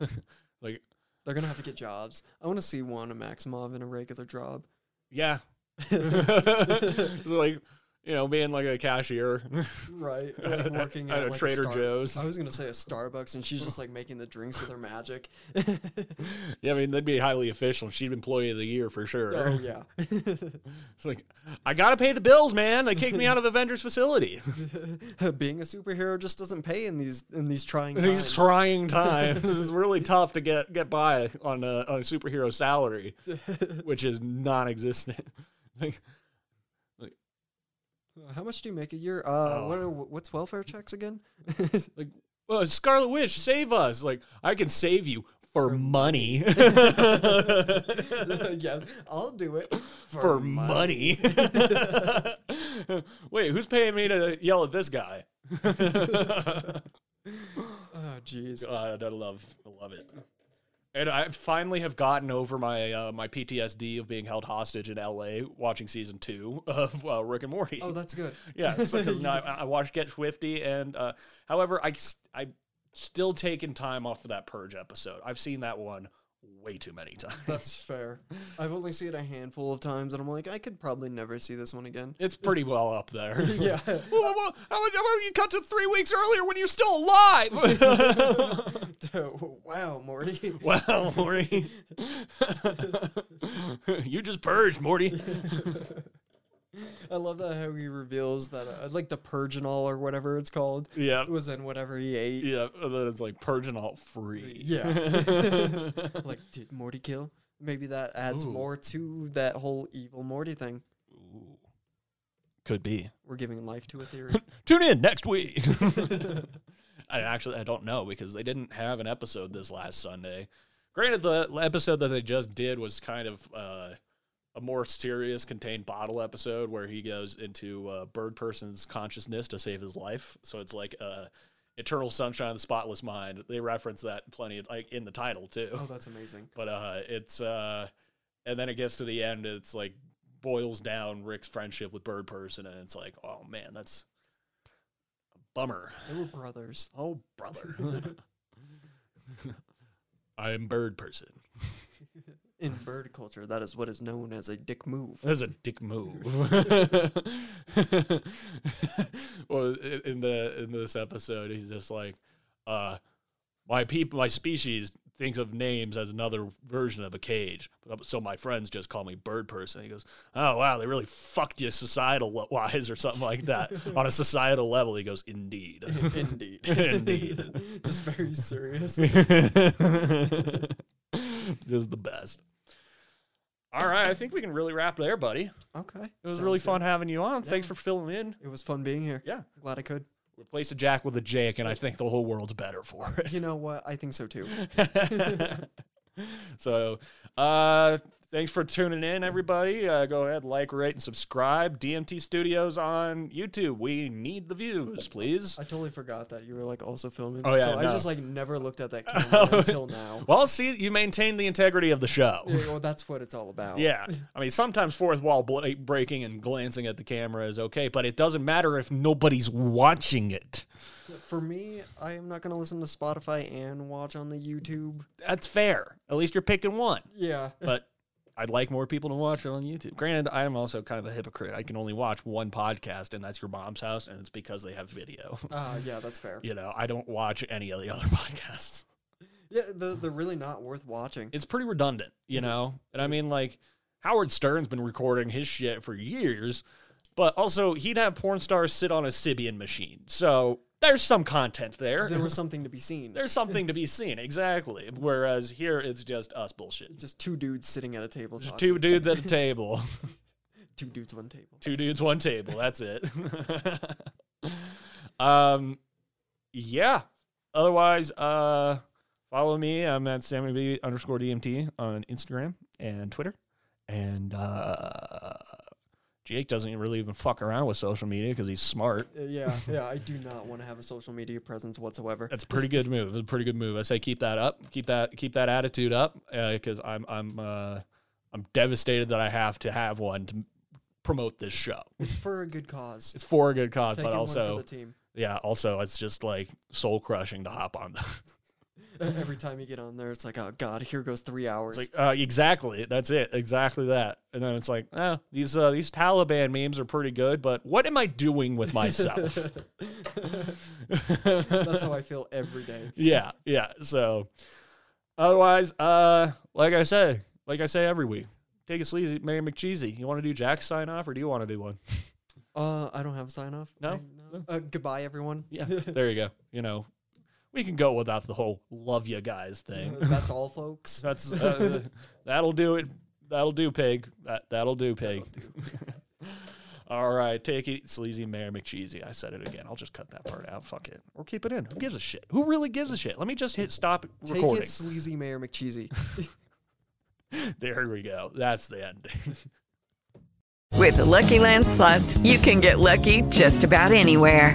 B: like,
C: They're gonna have to get jobs. I want to see one a Maximov in a regular job.
B: yeah, It's like you know, being like a cashier.
C: Right.
B: At
C: Like
B: a-
C: working
B: at
C: at,
B: a
C: like,
B: Trader
C: Star-
B: Joe's.
C: I was gonna say a Starbucks, and she's just like making the drinks with her magic.
B: yeah, I mean, that'd be highly official. She'd employee of the year for sure.
C: oh yeah.
B: It's like, I gotta pay the bills, man. They kicked me out of Avengers facility.
C: Being a superhero just doesn't pay in these in these trying times.
B: These trying times. it's really tough to get get by on a, on a superhero salary, which is non-existent. Like,
C: How much do you make a year? Uh, what
B: Oh.
C: are, what's welfare checks again?
B: like well, Scarlet Witch, save us! Like, I can save you for, money.
C: yes, I'll do it
B: for money. Wait, who's paying me to yell at this guy?
C: Oh jeez.
B: God, Uh, I love, I love it. And I finally have gotten over my uh, my PTSD of being held hostage in L.A. watching season two of uh, Rick and Morty.
C: Oh, that's good.
B: yeah, because now I, I watched Get Swifty, and uh, however, I s- I'm still taking time off of that Purge episode. I've seen that one way too many times.
C: That's fair. I've only seen it a handful of times, and I'm like, I could probably never see this one again.
B: It's pretty well up there.
C: Yeah.
B: Whoa, whoa, whoa, How about how about you cut to three weeks earlier when you're still alive?
C: wow, Morty.
B: Wow, Morty. you just purged, Morty.
C: I love that how he reveals that, uh, like the Purginol or whatever it's called,
B: Yeah.
C: was in whatever he ate.
B: Yeah. And then it's like purging all free.
C: Yeah. like, did Morty kill? Maybe that adds
B: Ooh.
C: more to that whole evil Morty thing.
B: Could be.
C: We're giving life to a theory.
B: Tune in next week. I actually I don't know because they didn't have an episode this last Sunday. Granted, the episode that they just did was kind of uh, a more serious, contained bottle episode where he goes into uh, Bird Person's consciousness to save his life. So it's like uh, Eternal Sunshine of the Spotless Mind. They reference that plenty, of, like in the title too
C: oh, that's amazing.
B: but uh it's uh and then it gets to the end it's like boils down rick's friendship with bird person and it's like oh man that's a bummer
C: They were brothers.
B: oh brother i'm bird person
C: In bird culture, that is what is known as a dick move.
B: that's a dick move well i- in the in this episode he's just like uh my people my species thinks of names as another version of a cage um, so my friends just call me bird person he goes oh wow they really fucked you societal le- wise or something like that on a societal level he goes indeed
C: Indeed.
B: Indeed.
C: Just very serious.
B: just the best all right i think we can really wrap there buddy
C: Okay.
B: it was really fun having you on thanks
C: Yeah.
B: for filling in
C: It was fun being here.
B: yeah
C: Glad I could.
B: replace a jack with a jake and i think the whole world's better for it
C: You know what? I think so too.
B: so uh Thanks for tuning in, everybody. Uh, go ahead, like, rate, and subscribe. DMT Studios on YouTube. We need the views, please.
C: I totally forgot that you were like also filming.
B: Oh,
C: this,
B: yeah,
C: so
B: no.
C: I just like never looked at that camera until now.
B: Well, see, you maintain the integrity of the show.
C: Yeah, well, that's what it's all about.
B: Yeah. I mean, sometimes fourth wall bla- breaking and glancing at the camera is okay, but it doesn't matter if nobody's watching it.
C: For me, I am not gonna listen to Spotify and watch on the YouTube.
B: That's fair. At least you're picking one.
C: Yeah.
B: But I'd like more people to watch it on YouTube. Granted, I am also kind of a hypocrite. I can only watch one podcast, and that's your mom's house, and it's because they have video.
C: Uh, yeah, that's fair. Yeah,
B: You know, I don't watch any of the other podcasts.
C: they're, they're really not worth watching.
B: It's pretty redundant, you know? And I mean, like, Howard Stern's been recording his shit for years, but also he'd have porn stars sit on a Sibian machine. So there's some content there.
C: there was something to be seen.
B: there's something to be seen, exactly. Whereas here, it's just us bullshit.
C: Just two dudes sitting at a table.
B: Just
C: talking.
B: two dudes at a table.
C: two dudes, one table.
B: two dudes one table that's it um yeah otherwise uh follow me i'm at sammy b underscore dmt on instagram and twitter and uh jake doesn't really even fuck around with social media because he's smart
C: Uh, Yeah, yeah. I do not want to have a social media presence whatsoever.
B: that's a pretty good move. It's a pretty good move. I say keep that up. Keep that keep that attitude up because I'm I'm uh, I'm devastated that I have to have one to promote this show.
C: It's for a good cause.
B: It's for a good cause,
C: Taking
B: but also
C: one for the team.
B: yeah also it's just like soul crushing to hop on
C: E- Every time you get on there, it's like, oh god, here goes three hours.
B: it's like uh, exactly that's it exactly that and then it's like oh, these uh, these taliban memes are pretty good but what am i doing with myself
C: That's how I feel every day.
B: yeah yeah so otherwise uh like i say like i say every week take it sleazy mary mccheesy you want to do jack's sign off or do you want to do one
C: Uh, I don't have a sign off.
B: No?
C: I- Uh, goodbye, everyone.
B: yeah there you go you know we can go without the whole love you guys thing
C: That's all, folks.
B: That's uh, that'll do it. That'll do, pig. That that'll do, pig. All right, take it sleazy, Mayor McCheesy. I said it again. I'll just cut that part out. Fuck it, or keep it in. Who gives a shit? Who really gives a shit? Let me just hit stop
C: Take
B: recording.
C: it, sleazy Mayor McCheesy.
B: There we go. That's the ending.
F: With the Lucky Land slots, you can get lucky just about anywhere.